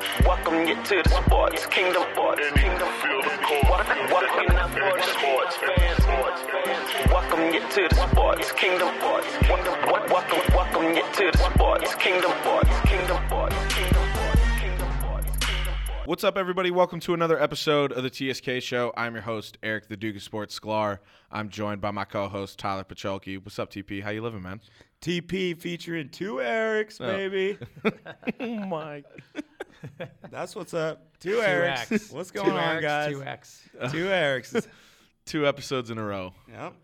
them get to the sports. Kingdom sports. Kingdom feel the court. Welcome in the sports fans. Welcome get to the sports. Kingdom sports. Welcome, welcome, welcome get to the sports. Kingdom sports. Kingdom sports. Kingdom sports. Kingdom sports. Kingdom sports. What's up, everybody? Welcome to another episode of the TSK Show. I'm your host, Eric, the Duke of Sports Sklar. I'm joined by my co-host, Tyler Pacholke. What's up, TP? How you living, man? TP featuring two Erics, baby. Oh my. That's what's up. Two, Erics. What's going on, guys? Two X. Two Erics. Two episodes in a row. yep.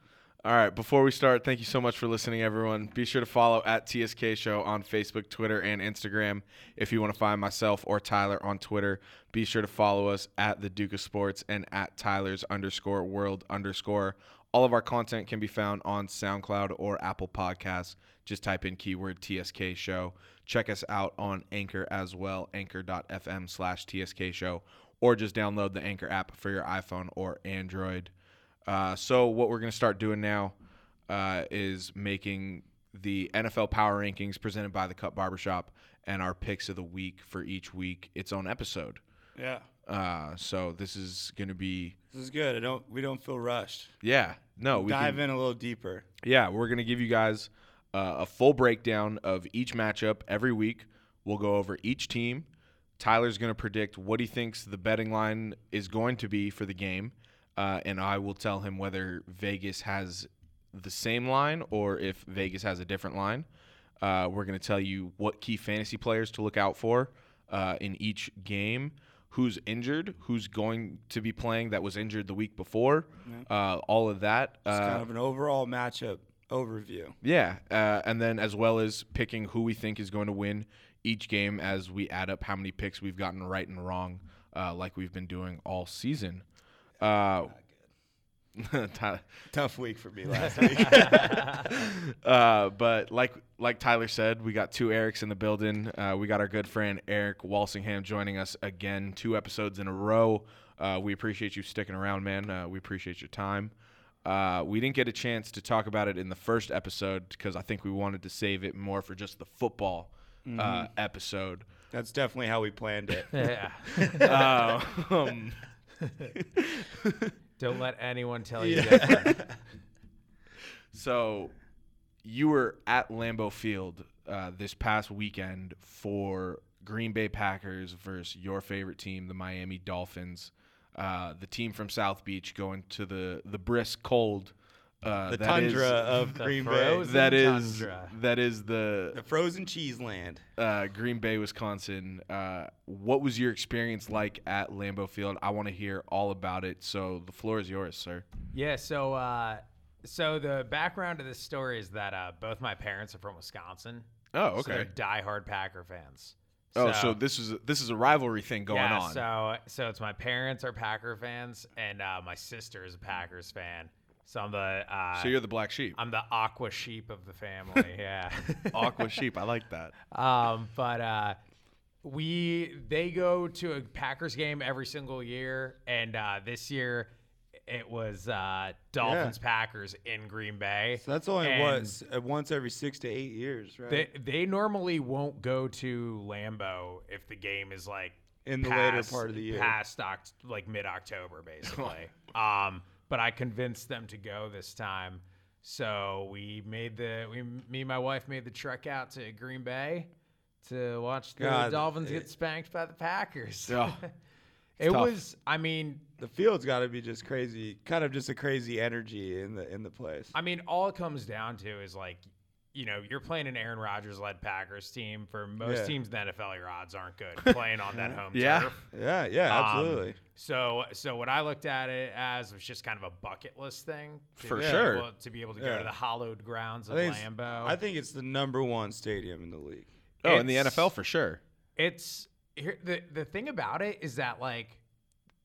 All right, before we start, thank you so much for listening, everyone. Be sure to follow at TSK Show on Facebook, Twitter, and Instagram. If you want to find myself or Tyler on Twitter, be sure to follow us at the Duke of Sports and at Tyler's underscore world underscore. All of our content can be found on SoundCloud or Apple Podcasts. Just type in keyword TSK Show. Check us out on Anchor as well, anchor.fm slash TSK Show, or just download the Anchor app for your iPhone or Android. Uh, so what we're going to start doing now uh, is making the NFL Power Rankings presented by the Cut Barbershop and our picks of the week for each week its own episode. Yeah. Uh, so this is going to be This is good. I don't. We don't feel rushed. yeah no we Dive can, in a little deeper. yeah we're going to give you guys uh, a full breakdown of each matchup every week. We'll go over each team. Tyler's going to predict what he thinks the betting line is going to be for the game, uh, and I will tell him whether Vegas has the same line or if Vegas has a different line. Uh, we're going to tell you what key fantasy players to look out for uh, in each game, who's injured, who's going to be playing that was injured the week before, uh, all of that. It's Uh, kind of an overall matchup overview. yeah, uh, and then as well as picking who we think is going to win each game as we add up how many picks we've gotten right and wrong, uh, like we've been doing all season. Uh, Ty- Tough week for me last week. uh, but like like Tyler said, we got two Erics in the building. Uh, we got our good friend Eric Walsingham joining us again, two episodes in a row. Uh, we appreciate you sticking around, man. Uh, we appreciate your time. Uh, we didn't get a chance to talk about it in the first episode because I think we wanted to save it more for just the football uh, episode. That's definitely how we planned it. Yeah. Uh, um, Don't let anyone tell you different. So you were at Lambeau Field uh, this past weekend for Green Bay Packers versus your favorite team, the Miami Dolphins. Uh, the team from South Beach going to the the brisk cold. Uh, The that is- tundra of Green Bay. frozen- that is tundra. that is the The frozen cheese land. uh, Green Bay, Wisconsin. Uh, what was your experience like at Lambeau Field? I want to hear all about it. So the floor is yours, sir. Yeah. So, uh, so the background to this story is that uh, both my parents are from Wisconsin. Oh, So they're diehard Packer fans. oh, so this is this is a rivalry thing going yeah, on. So, so it's my parents are Packer fans, and uh, my sister is a Packers fan. So I'm the uh, So you're the black sheep. I'm the aqua sheep of the family. yeah. Aqua sheep. I like that. Um, but uh, we they go to a Packers game every single year, and uh, this year it was uh, Dolphins Packers in Green Bay. So that's only And once, uh, once every six to eight years, right? They they normally won't go to Lambeau if the game is like In the later part of the year. past Oct- like mid October, basically. um, but I convinced them to go this time. So we made the we me and my wife made the trek out to Green Bay to watch the God, Dolphins it- Oh, get spanked by the Packers. Yeah. it tough. was I mean the field's got to be just crazy, kind of just a crazy energy in the in the place. I mean, all it comes down to is like, you know, you're playing an Aaron Rodgers led Packers team. For most Yeah. teams in the NFL, your odds aren't good playing on that home Yeah. turf. yeah, yeah, Um, absolutely. So, so what I looked at it as was just kind of a bucket list thing to For be sure. able- to be able to go Yeah. to the hallowed grounds I of think, it's, Lambeau. I think it's the number one stadium in the league. Oh, in the It's- NFL for sure. it's here, the the thing about it is that like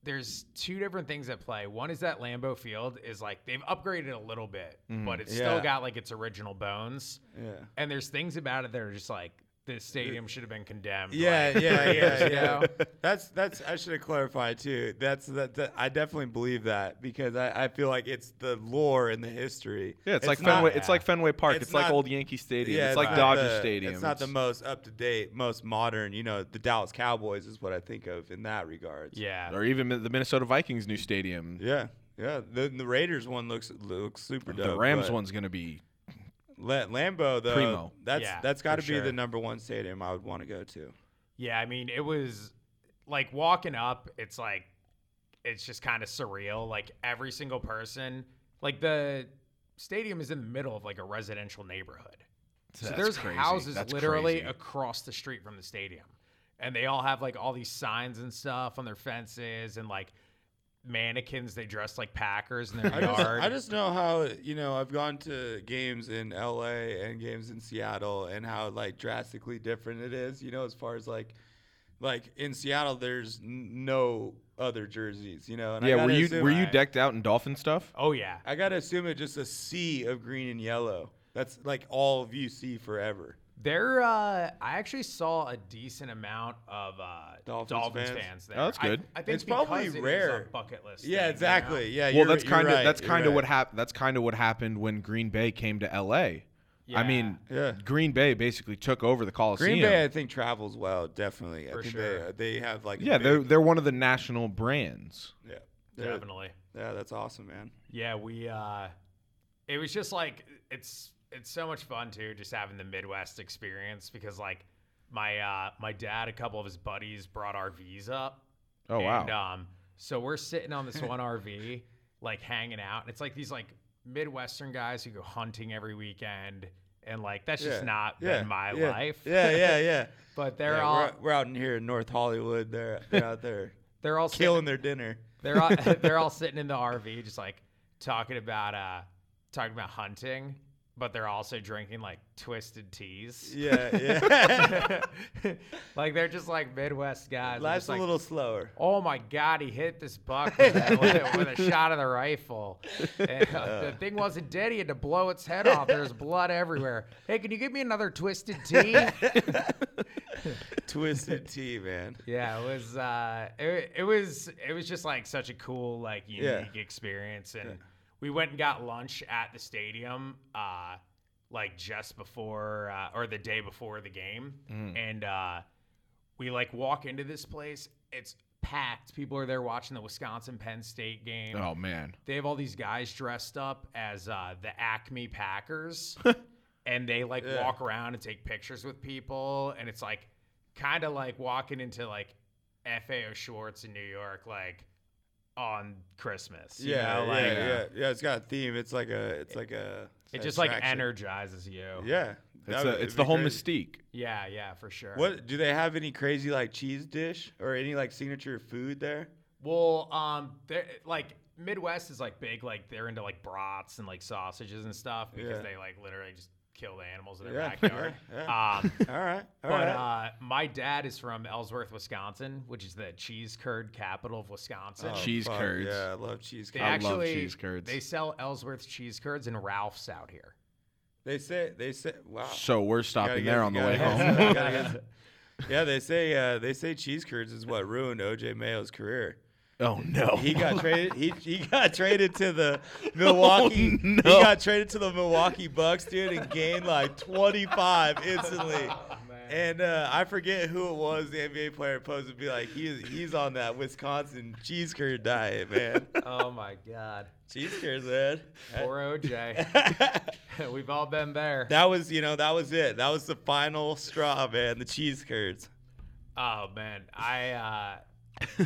there's two different things at play. One is that Lambeau Field is like they've upgraded a little bit, but it's still Mm-hmm. Yeah. got like its original bones. Yeah. And there's things about it that are just like the stadium should have been condemned. Yeah, like, yeah, three years yeah, yeah. ago. That's that's. I should have clarified too. That's that. that- I definitely believe that because I, I feel like it's the lore and the history. Yeah, it's, like not- Fenway. It's like Fenway Park. It's, It's like not- old Yankee Stadium. yeah, it's like not Dodger the- Stadium. It's not the most up to date, most modern. You know, the Dallas Cowboys is what I think of in that regards. yeah. or even the Minnesota Vikings new stadium. yeah, yeah. The, the Raiders one looks looks super dope. the Rams but one's gonna be. La- Lambeau though. Primo. That's Yeah, that's for got to be sure. the number one stadium I would want to go to. Yeah, I mean, it was like walking up, it's like it's just kind of surreal. Like every single person, like the stadium is in the middle of like a residential neighborhood. So That's there's crazy. houses That's literally crazy. across the street from the stadium. And they all have like all these signs and stuff on their fences and like mannequins they dress like Packers in their I just, yard. I just know how you know I've gone to games in LA and games in Seattle and how like drastically different it is. You know, as far as like like in Seattle, there's n- no other jerseys. You know, and I Uh, Yeah, were gotta you assume- were you I- decked out in dolphin stuff? oh yeah. I gotta assume it's just a sea of green and yellow. That's like all of you see forever. There, uh, I actually saw a decent amount of uh, Dolphins Dolphins, fans. fans. there. Oh, that's I- good. I, think It's probably because it is a rare. bucket list. Yeah, thing, exactly. You Yeah, well, you're- that's you're kind of right, that's you're kind of right. what happened. That's kind of what happened when Green Bay came to L.A. I Yeah. mean, Yeah. Green Bay basically took over the Coliseum. Green Bay, I think, travels well. Definitely, I For think sure. they they have like a yeah, they're big- they're one of the national brands. yeah, know? they're- definitely. yeah, that's awesome, man. Yeah, we. Uh, it was just like it's it's so much fun too, just having the Midwest experience because like my uh, my dad, a couple of his buddies brought RVs up. Oh wow, And, um, so we're sitting on this one RV, like hanging out, and it's like these like Midwestern guys who go hunting every weekend, and like that's just Yeah, not yeah, been my yeah, life. Yeah, yeah, yeah. But they're Yeah, all we're, we're out in here in North Hollywood. They're they're out there they're all sitting- killing their dinner. they're all, they're all sitting in the RV, just like talking about uh talking about hunting, but they're also drinking like twisted teas. Yeah, yeah. like they're just like Midwest guys. They're Life's just a like, little slower. oh my god, he hit this buck with a, with a- with a shot of the rifle. And, uh, the thing wasn't dead. He had to blow its head off. There's blood everywhere. Hey, can you give me another twisted tea? Twisted tea, man. yeah, it was. Uh, it, it was. It was just like such a cool, like Yeah. unique experience, and we went and got lunch at the stadium, uh, like just before uh, or the day before the game, and uh, we like walk into this place. It's packed. People are there watching the Wisconsin Penn State game oh man, they have all these guys dressed up as uh, the Acme Packers, and they like Yeah. walk around and take pictures with people, and it's like kind of like walking into like FAO Schwartz in New York, like on Christmas. You Yeah, know? yeah, like yeah, yeah, It's got a theme. It's like a. It's like a. it just like attraction. energizes you. Yeah, it's that a, would- it's the it'd be whole crazy. mystique. yeah, yeah, for sure. What do they have? Any crazy like cheese dish or any like signature food there? Well, um, they're like Midwest is like big, like they're into like brats and like sausages and stuff because Yeah. they like literally just kill the animals in their Yeah, backyard. yeah, yeah. Um, All right, all But right. uh, my dad is from Ellsworth, Wisconsin, which is the cheese curd capital of Wisconsin. Oh, cheese fuck, curds. Yeah, I love cheese They curds. I love actually, cheese curds. They sell Ellsworth cheese curds and Ralph's out here. They say they say wow. So we're Gotta stopping get- there on the gotta way get home. some- gotta get some- yeah, they say uh, they say cheese curds is what ruined OJ Mayo's career. oh no, He got traded. He, he got traded to the Milwaukee. Oh, no. He got traded to the Milwaukee Bucks, dude, and gained like 25 instantly. Oh, and uh, I forget who it was. The NBA player posed to be like, he's he's on that Wisconsin cheese curd diet, man. Oh my God. cheese curds, man. Poor OJ. We've all been there. that was you know that was it. That was the final straw, man. The cheese curds. Oh man, I uh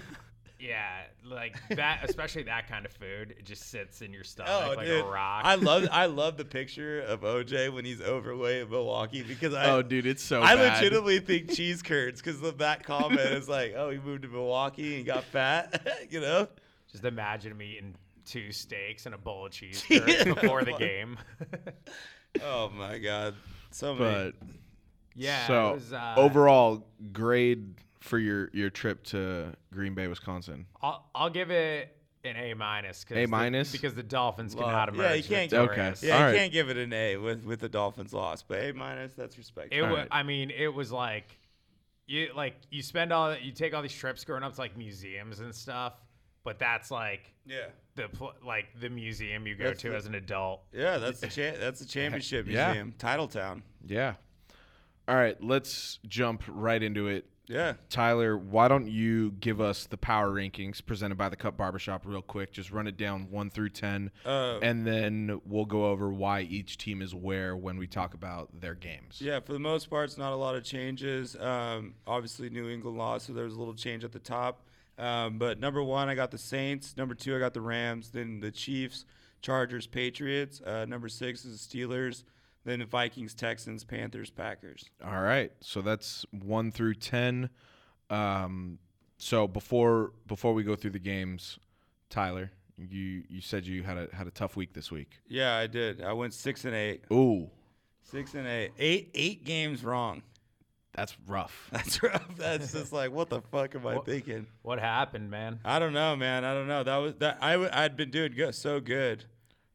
yeah, like that, especially that kind of food. It just sits in your stomach like a rock. Oh, I love I love the picture of OJ when he's overweight in Milwaukee because I oh dude, it's so. I bad. legitimately think cheese curds because of that comment is like, oh, he moved to Milwaukee and got fat, you know? just imagine me eating two steaks and a bowl of cheese curds before the game. Oh my god, so many. But yeah. it so was, uh, overall grade for your your trip to Green Bay, Wisconsin. I'll, I'll give it an A minus. 'cause A the- minus? because the Dolphins Love. cannot Uh, Yeah, emerge. you can't get- victorious. Okay. Yeah, All you right. can't give it an A with with the Dolphins loss, but A minus, that's It respectable. wa All right. I mean, it was like you like you spend all you take all these trips growing up to like museums and stuff, but that's like yeah. the pl- like the museum you go That's to the- as an adult. Yeah, that's the cha- that's the championship Yeah. museum, Titletown. Yeah. All right, let's jump right into it. Yeah. Tyler, why don't you give us the power rankings presented by the Cup Barbershop real quick? Just run it down one through 10, Uh, and then we'll go over why each team is where when we talk about their games. Yeah, for the most part, it's not a lot of changes. Um, obviously, New England lost, so there was a little change at the top. Um, but number one, I got the Saints. Number two, I got the Rams. Then the Chiefs, Chargers, Patriots. Uh, number six is the Steelers. Then the Vikings, Texans, Panthers, Packers. All right, so that's one through 10. Um, so before before we go through the games, Tyler, you, you said you had a had a tough week this week. Yeah, I did. I went six and eight. Ooh, Six and eight. Eight eight games wrong. that's rough. That's rough. That's just like what the fuck am I What- thinking? What happened, man? I don't know, man. I don't know. That was that. I w- I'd been doing good, so good.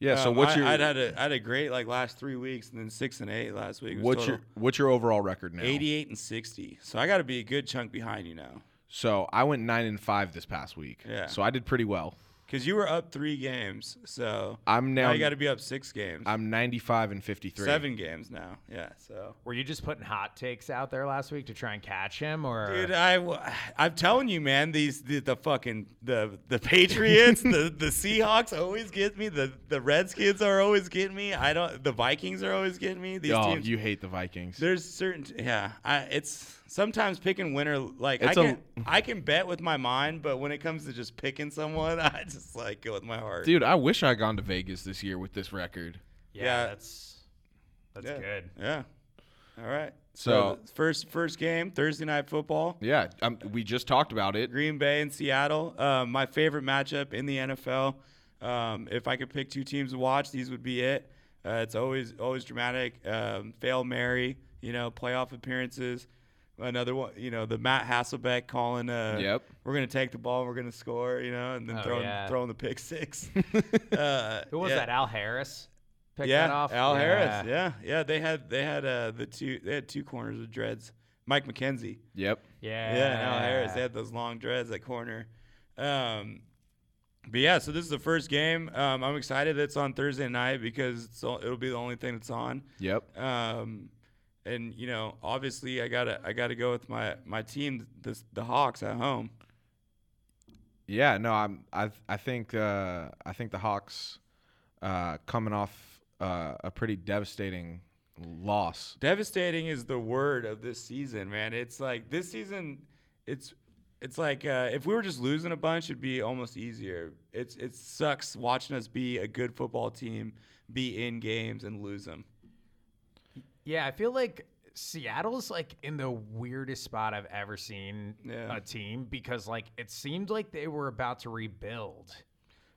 Yeah. so Um, what's I, your I'd had a I had a great like last three weeks, and then six and eight last week. It was what's total your what's your overall record now? eighty-eight and sixty? So I got to be a good chunk behind you now, So I went nine and five this past week. Yeah. So I did pretty well. because you were up three games. So I'm now, now you got to be up six games, I'm 95 and 53. seven games now. Yeah. So Were you just putting hot takes out there last week to try and catch him, or Uh. Dude, uh, I, w- I'm telling you, man, these the, the fucking the the Patriots, the the Seahawks always get me. The the Redskins are always getting me. I don't. The Vikings are always getting me. These Oh, teams. you hate the Vikings. there's certain. t- Yeah, I, it's sometimes picking winner. Like I It's a- can I can bet with my mind, but when it comes to just picking someone, I just like go with my heart. Dude, I wish I had gone to Vegas this year with this record. yeah, yeah. that's that's yeah. good. Yeah. All right. So- the first first game Thursday night football. Yeah, um, we just talked about it. Green Bay and Seattle. Um, my favorite matchup in the NFL. Um, if I could pick two teams to watch, these would be it. Uh, it's always always dramatic. Um, fail Mary, you know, playoff appearances. Another one, you know, the Matt Hasselbeck calling. Uh, Yep. We're gonna take the ball. We're gonna score, you know, and then Oh, throwing yeah. throwing the pick six. uh, Who was yeah. that? Al Harris picked yeah, that off. Al Harris. Yeah, yeah. They had they had uh, the two they had two corners with dreads. Mike McKenzie. Yep. yeah, Yeah, and Al Harris they had those long dreads at corner. Um, but yeah, so this is the first game. Um, I'm excited that it's on Thursday night because it's all, it'll be the only thing that's on. Yep. Um, and you know, obviously, I gotta I gotta go with my my team, the the Hawks at home. Yeah, no, I'm I I think uh I think the Hawks uh coming off uh, a pretty devastating loss. Devastating is the word of this season, man. It's like this season, it's it's like uh, if we were just losing a bunch, it'd be almost easier. It's it sucks watching us be a good football team, be in games and lose them. Yeah, I feel like Seattle's like in the weirdest spot I've ever seen Yeah. a team because like it seemed like they were about to rebuild,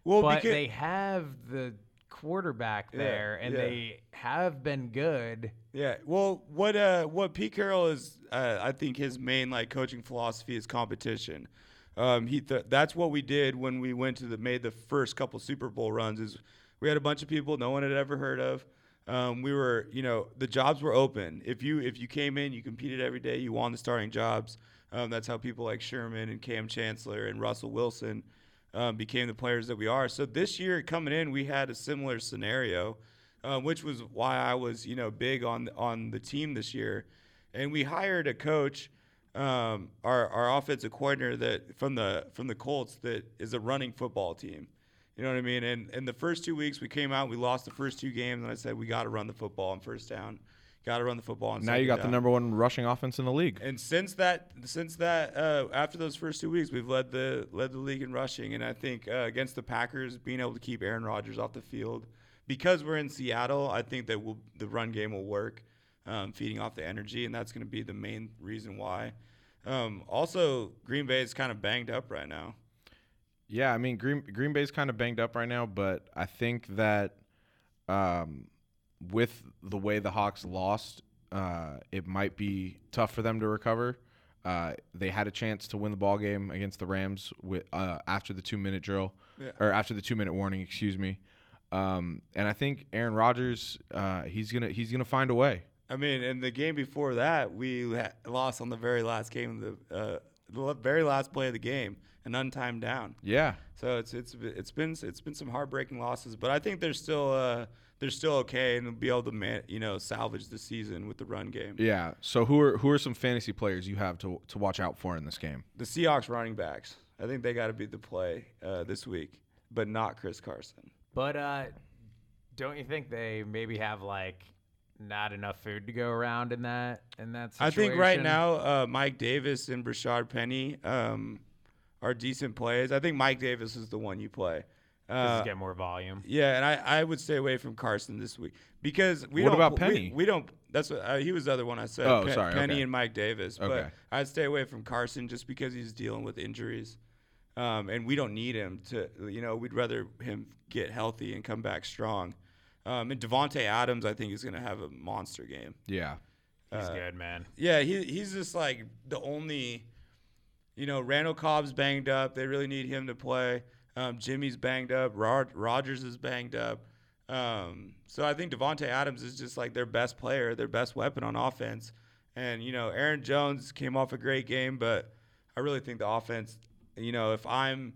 Well, but because, they have the quarterback there and yeah. they have been good. yeah. Well, what uh, what Pete Carroll is, uh, I think his main like coaching philosophy is competition. Um, he th- that's what we did when we went to the made the first couple Super Bowl runs is we had a bunch of people no one had ever heard of. Um, we were, you know, the jobs were open. If you if you came in, you competed every day. You won the starting jobs. Um, that's how people like Sherman and Cam Chancellor and Russell Wilson um, became the players that we are. So this year coming in, we had a similar scenario, um, which was why I was you know big on on the team this year, and we hired a coach, um, our our offensive coordinator that from the from the Colts that is a running football team. You know what I mean? And and the first two weeks we came out, we lost the first two games, and I said we got to run the football on first down, got to run the football. On Now you second got the down." number 1 rushing offense in the league. And since that, since that, uh, after those first two weeks, we've led the led the league in rushing, and I think uh, against the Packers, being able to keep Aaron Rodgers off the field because we're in Seattle, I think that we'll, the run game will work, um, feeding off the energy, and that's going to be the main reason why. Um, also, Green Bay is kind of banged up right now. Yeah, I mean Green Green Bay's kind of banged up right now, but I think that um, with the way the Hawks lost, uh, it might be tough for them to recover. Uh, they had a chance to win the ball game against the Rams with uh, after the two minute drill or after the two minute warning, excuse me. Um, and I think Aaron Rodgers, uh, he's gonna he's gonna find a way. I mean, and the game before that, we ha- lost on the very last game, of the uh, the la- very last play of the game, an untimed down. Yeah, So it's it's it's been it's been some heartbreaking losses, but I think they're still uh, they're still okay and be able to man, you know salvage the season with the run game. yeah. So who are who are some fantasy players you have to to watch out for in this game? The Seahawks running backs, I think they got to be the play uh, this week, but not Chris Carson. But uh, don't you think they maybe have like not enough food to go around in that in that I situation? think right now uh, Mike Davis and Brashad Penny um, are decent plays. I think Mike Davis is the one you play. Just Uh, get more volume. Yeah, and I, I would stay away from Carson this week because we What don't about we- Penny? We, don't. That's what uh, he was the other one I said. Oh, sorry, Penny okay. and Mike Davis. Okay. But I'd stay away from Carson just because he's dealing with injuries, um, and we don't need him to. You know, we'd rather him get healthy and come back strong. Um, and Devonte Adams, I think, is going to have a monster game. Yeah, uh, He's good, man. Yeah, he he's just like the only, you know, Randall Cobb's banged up. They really need him to play. Um, Jimmy's banged up. Rod- Rogers is banged up. Um, so I think Devonte Adams is just like their best player, their best weapon on offense. And you know, Aaron Jones came off a great game, but I really think the offense. You know, if I'm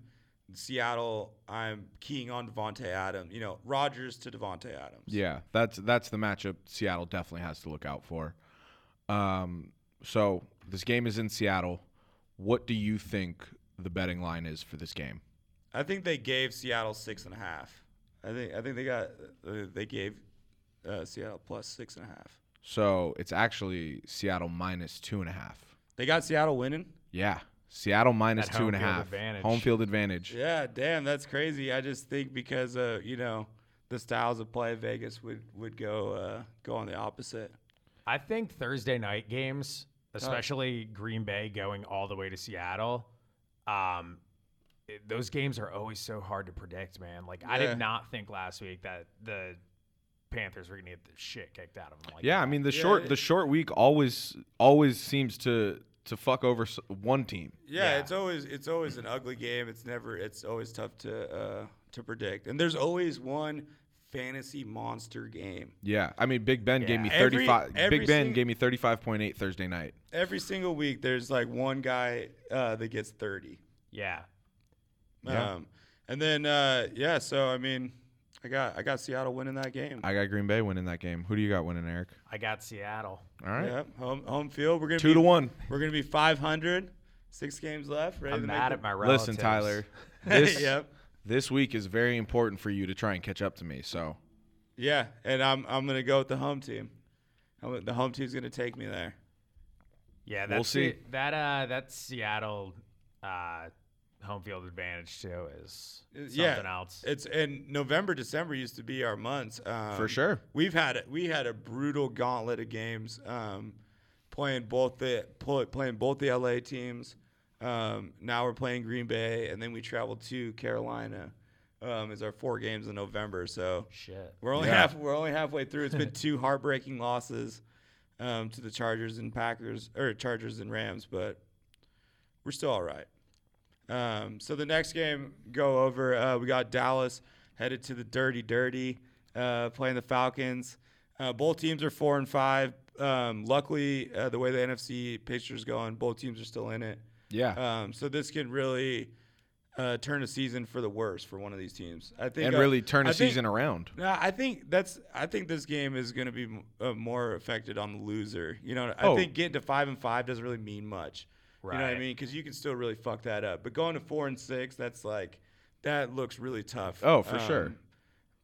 Seattle, I'm keying on Devonte Adams. You know, Rogers to Devonte Adams. yeah. That's that's the matchup Seattle definitely has to look out for. Um, so this game is in Seattle. What do you think the betting line is for this game? I think they gave Seattle six and a half. I think I think they got uh, they gave uh, Seattle plus six and a half. So it's actually Seattle minus two and a half. They got Seattle winning. Yeah, Seattle minus That two and a home field half. advantage. Home field advantage. Yeah, damn, that's crazy. I just think because uh, you know the styles of play, Vegas would would go uh, go on the opposite. I think Thursday night games, Oh. especially Green Bay going all the way to Seattle, um, it- those games are always so hard to predict, man. Like I Yeah. did not think last week that the Panthers were gonna get the shit kicked out of them. Like Yeah, that. I mean the short the short week always always seems to to fuck over s- one team. Yeah, Yeah. it's always it's always an ugly game. It's never it's always tough to uh, to predict. And there's always one fantasy monster game. Yeah, I mean Big Ben gave me Every- thirty five. every Big Ben sing- gave me thirty five point eight Thursday night. Every single week, there's like one guy uh, that gets thirty. yeah, Yeah. Um, and then uh, yeah, so I mean, I got I got Seattle winning that game. I got Green Bay winning that game. Who do you got winning, Eric? I got Seattle. All right, Yep, home home field. We're gonna two be, to one. We're gonna be 500. Six games left. Ready I'm to mad make at the- my relatives. Listen, Tyler, this Yep. this week is very important for you to try and catch up to me. So Yeah, and I'm I'm gonna go with the home team. I'm, gonna- the home team's gonna take me there. Yeah, that's We'll see. the- that uh, that Seattle uh, home field advantage too is Uh, something yeah, else. It's and November December used to be our months. Um, for sure, We've had we had a brutal gauntlet of games, um, playing both the pl- playing both the LA teams. Um, now we're playing Green Bay, and then we travel to Carolina. Um, is our four games in November, so Shit. we're only Yeah. half we're only halfway through. It's been two heartbreaking losses um, to the Chargers and Packers or Chargers and Rams, but we're still all right. Um, so the next game go over. Uh, we got Dallas headed to the Dirty Dirty, uh, playing the Falcons. Uh, both teams are four and five. Um, luckily, uh, the way the NFC picture's going, both teams are still in it. yeah. Um, so this can really uh, turn a season for the worse for one of these teams. I think and uh, really turn a I think- season around. no, I think that's. I think this game is going to be m- uh, more affected on the loser. You know, I Oh. think getting to five and five doesn't really mean much. You know what I Right. mean? Because you can still really fuck that up. But going to four and six, that's like that looks really tough. um, Oh, for sure.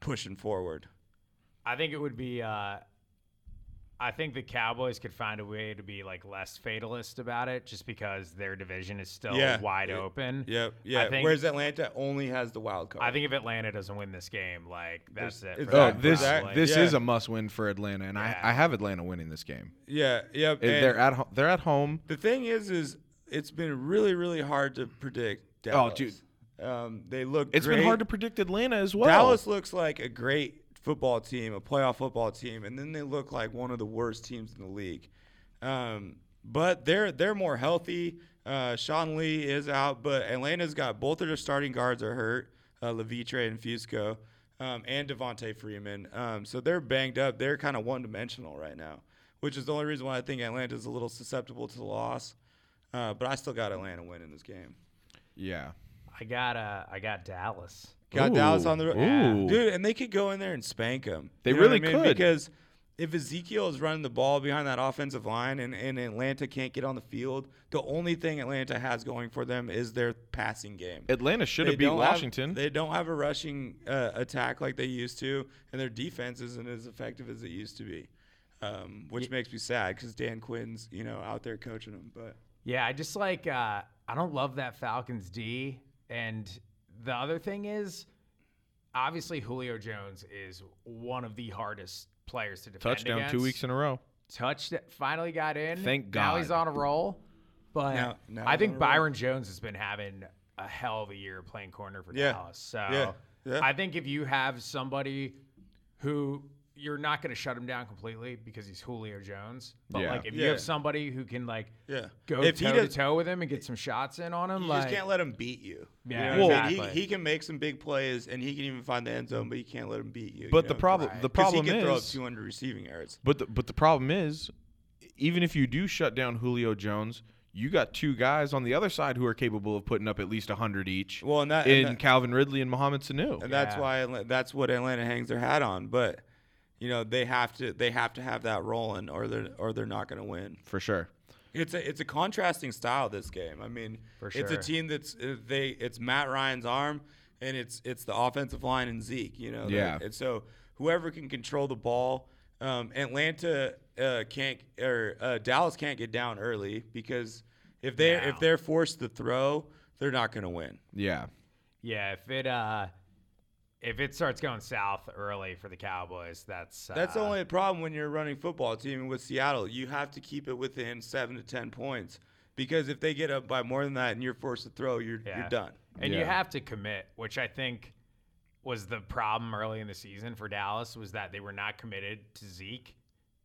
Pushing forward. I think it would be. Uh, I think the Cowboys could find a way to be like less fatalist about it, just because their division is still Yeah. wide Yeah. open. Yep. Yeah. I think, Whereas Atlanta only has the wild card. I think if Atlanta doesn't win this game, like that's There's- it. it's for Oh, that- them, this that- probably. this yeah. is a must win for Atlanta, and Yeah. I, I have Atlanta winning this game. Yeah. Yep. If and they're at home. They're at home. the thing is, is it's been really, really hard to predict. Dallas. Um, they look. Oh, It's been great. hard to predict Atlanta as well. Dallas looks like a great football team, a playoff football team, and then they look like one of the worst teams in the league. Um, but they're they're more healthy. Uh, Sean Lee is out, but Atlanta's got both of their starting guards are hurt, uh, Levitre and Fusco, um, and Devontae Freeman. Um, so they're banged up. They're kind of one dimensional right now, which is the only reason why I think Atlanta's a little susceptible to the loss. Uh, but I still got Atlanta winning this game. Yeah. I got uh, I got Dallas. Got Dallas Ooh. on the road, Ooh. dude, and they could go in there and spank them. They really could. because if Ezekiel is running the ball behind that offensive line and, and Atlanta can't get on the field, the only thing Atlanta has going for them is their passing game. Atlanta should They have beat don't have- Washington. they don't have a rushing uh, attack like they used to, and their defense isn't as effective as it used to be, um, which makes me sad because Dan Quinn's you know out there coaching them. But Yeah, I just like uh, I don't love that Falcons D. And the other thing is, obviously Julio Jones is one of the hardest players to defend. Touchdown two against. weeks in a row. touchdown. Finally got in. Thank Now he's God. on a roll. But Now- now I he's think on a roll. Byron Jones has been having a hell of a year playing corner for Yeah. Dallas. So Yeah. Yeah. I think if you have somebody who you're not going to shut him down completely because he's Julio Jones, but Yeah. like if you Yeah. have somebody who can like Yeah. go If he toe to does- toe with him and get some shots in on him, you like just can't let him beat you. You Yeah, know what I mean? exactly. he, he can make some big plays and he can even find the end zone, but you can't let him beat you. you But the know? problem- the 'Cause problem he can throw up is- 200 receiving yards. But the, but the problem is, even if you do shut down Julio Jones, you got two guys on the other side who are capable of putting up at least hundred each. Well, and that- and in that- Calvin Ridley and Mohamed Sanu. And that's Yeah. why Atla- that's what Atlanta hangs their hat on. But you know they have to they have to have that rolling, or they're or they're not going to win. for sure. It's a it's a contrasting style this game. I mean, For it's a sure. team that's uh, they it's Matt Ryan's arm and it's it's the offensive line and Zeke. You know, Yeah. And so whoever can control the ball, um, Atlanta uh, can't or uh, Dallas can't get down early because if they No. if they're forced to throw, they're not going to win. Yeah. yeah, if it uh if it starts going south early for the Cowboys, that's That's uh, the only problem when you're a running football team with Seattle. You have to keep it within seven to ten points because if they get up by more than that and you're forced to throw, you're Yeah. you're done. And you Yeah. have to commit, which I think was the problem early in the season for Dallas was that they were not committed to Zeke,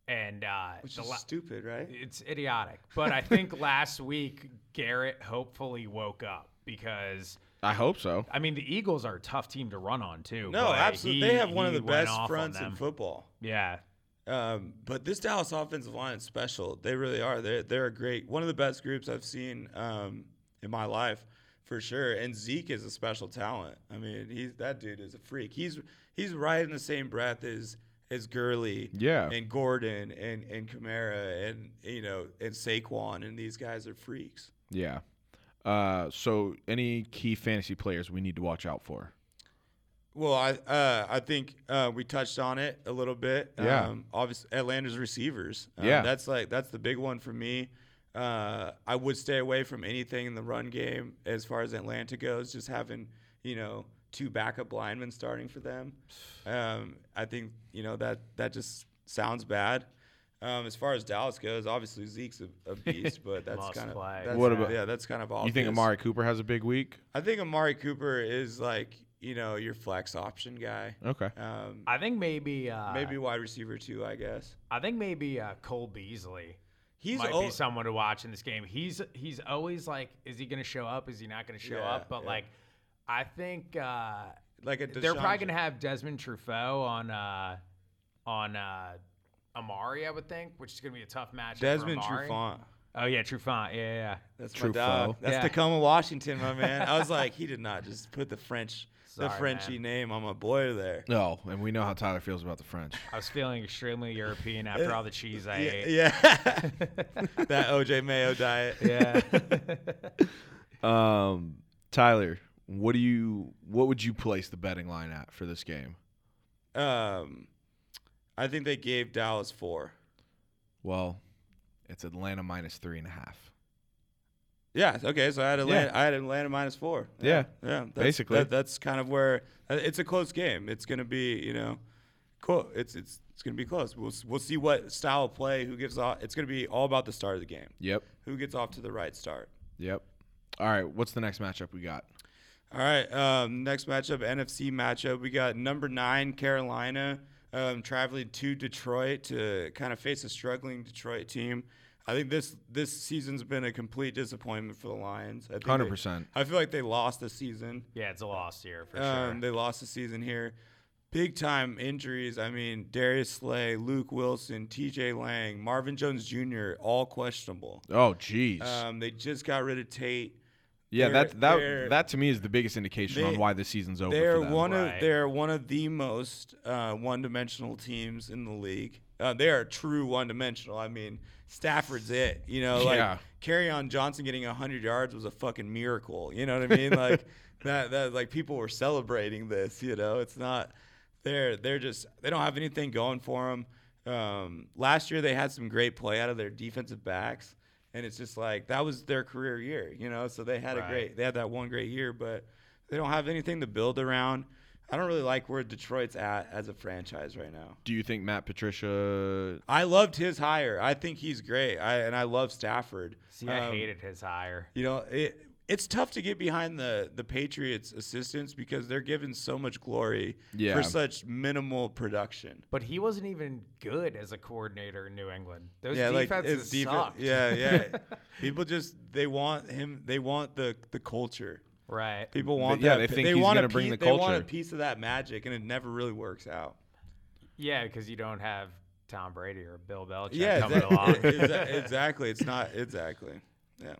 and uh, Which the is la- stupid, right? it's idiotic. But I think last week Garrett hopefully woke up because I hope so. I mean the Eagles are a tough team to run on too. No, but absolutely. he- They have one of he the went best off on fronts in them. football. Yeah, Um, but this Dallas offensive line is special. They really are. They're they're a great one of the best groups I've seen um, in my life for sure. And Zeke is a special talent. I mean, he's that dude is a freak. He's he's right in the same breath as as Gurley, Yeah. and Gordon and and Kamara and you know and Saquon and these guys are freaks. Yeah. Uh, so any key fantasy players we need to watch out for? Well, I uh, I think uh, we touched on it a little bit. Yeah. Um, obviously, Atlanta's receivers. Um, Yeah. That's like that's the big one for me. Uh, I would stay away from anything in the run game as far as Atlanta goes. Just having you know two backup linemen starting for them. Um, I think you know that that just sounds bad. Um, as far as Dallas goes, obviously Zeke's a, a beast, but that's Must kind of play. that's, What about- yeah, that's kind of obvious. You think Amari Cooper has a big week? I think Amari Cooper is like you know your flex option guy. Okay. Um, I think maybe uh, maybe wide receiver too, I guess. I think maybe uh, Cole Beasley. He's might al- be someone to watch in this game. He's he's always like, is he going to show up? Is he not going to show Yeah, up? But yeah. like, I think uh, like a they're Deshaun probably going Ja- to have Desmond Truffaut on uh, on uh, Amari, I would think, which is going to be a tough match. Desmond Amari. Trufant. Oh yeah, Truffaut. Yeah, yeah, yeah. That's Truffaut. my dog. That's Yeah. Tacoma, Washington, my man. I was like, he did not just put the French, the Sorry, Frenchy man. name on my boy there. No, and we know how Tyler feels about the French. I was feeling extremely European after all the cheese I Yeah, ate. yeah. that OJ Mayo diet. Yeah. Um, Tyler, what do you what would you place the betting line at for this game? Um, I think they gave Dallas four. Well, it's Atlanta minus three and a half. Yeah. Okay. So I had Atlanta. I had Atlanta minus four. Yeah, Yeah. that's, basically. that- that's kind of where uh, it's a close game. It's going to be, you know, cool. It's it's it's going to be close. We'll s- we'll see what style of play. Who gives off? It's going to be all about the start of the game. Yep. Who gets off to the right start? Yep. All right. What's the next matchup we got? All right. Um, next matchup, NFC matchup. We got number nine Carolina um, traveling to Detroit to kind of face a struggling Detroit team. I think this this season's been a complete disappointment for the Lions. I think they- 100%. I feel like they lost the season. Yeah, it's a loss year for Um, sure. They lost the season here. Big time injuries. I mean, Darius Slay, Luke Wilson, T.J. Lang, Marvin Jones Jr. All questionable. Oh, jeez. Um, they just got rid of Tate. yeah, they're- that that they're- that to me is the biggest indication They- on why the season's over. They're for them. one Right. of they're one of the most uh, one-dimensional teams in the league. Uh, they are true one-dimensional. I mean, Stafford's it. You know, like Yeah. carry on Johnson getting 100 yards was a fucking miracle. You know what I mean? like that that like people were celebrating this, you know. It's not they're they're just they don't have anything going for them. Um, last year they had some great play out of their defensive backs and it's just like that was their career year, you know. So they had Right. a great they had that one great year, but they don't have anything to build around. I don't really like where Detroit's at as a franchise right now. Do you think Matt Patricia? I loved his hire. I think he's great. I and I love Stafford. See, I Um, hated his hire. you know, it it's tough to get behind the the Patriots assistants because they're given so much glory Yeah. for such minimal production. But he wasn't even good as a coordinator in New England. Those yeah, like defenses it's defen- sucked. Yeah, yeah. People just they want him. They want the the culture. Right. People want yeah, that. they pi- think they he's want gonna to bring the They want a culture. piece of that magic, and it never really works out. Yeah, because you don't have Tom Brady or Bill Belichick yeah, coming exac- along. exa- exactly. It's not exactly. Yeah.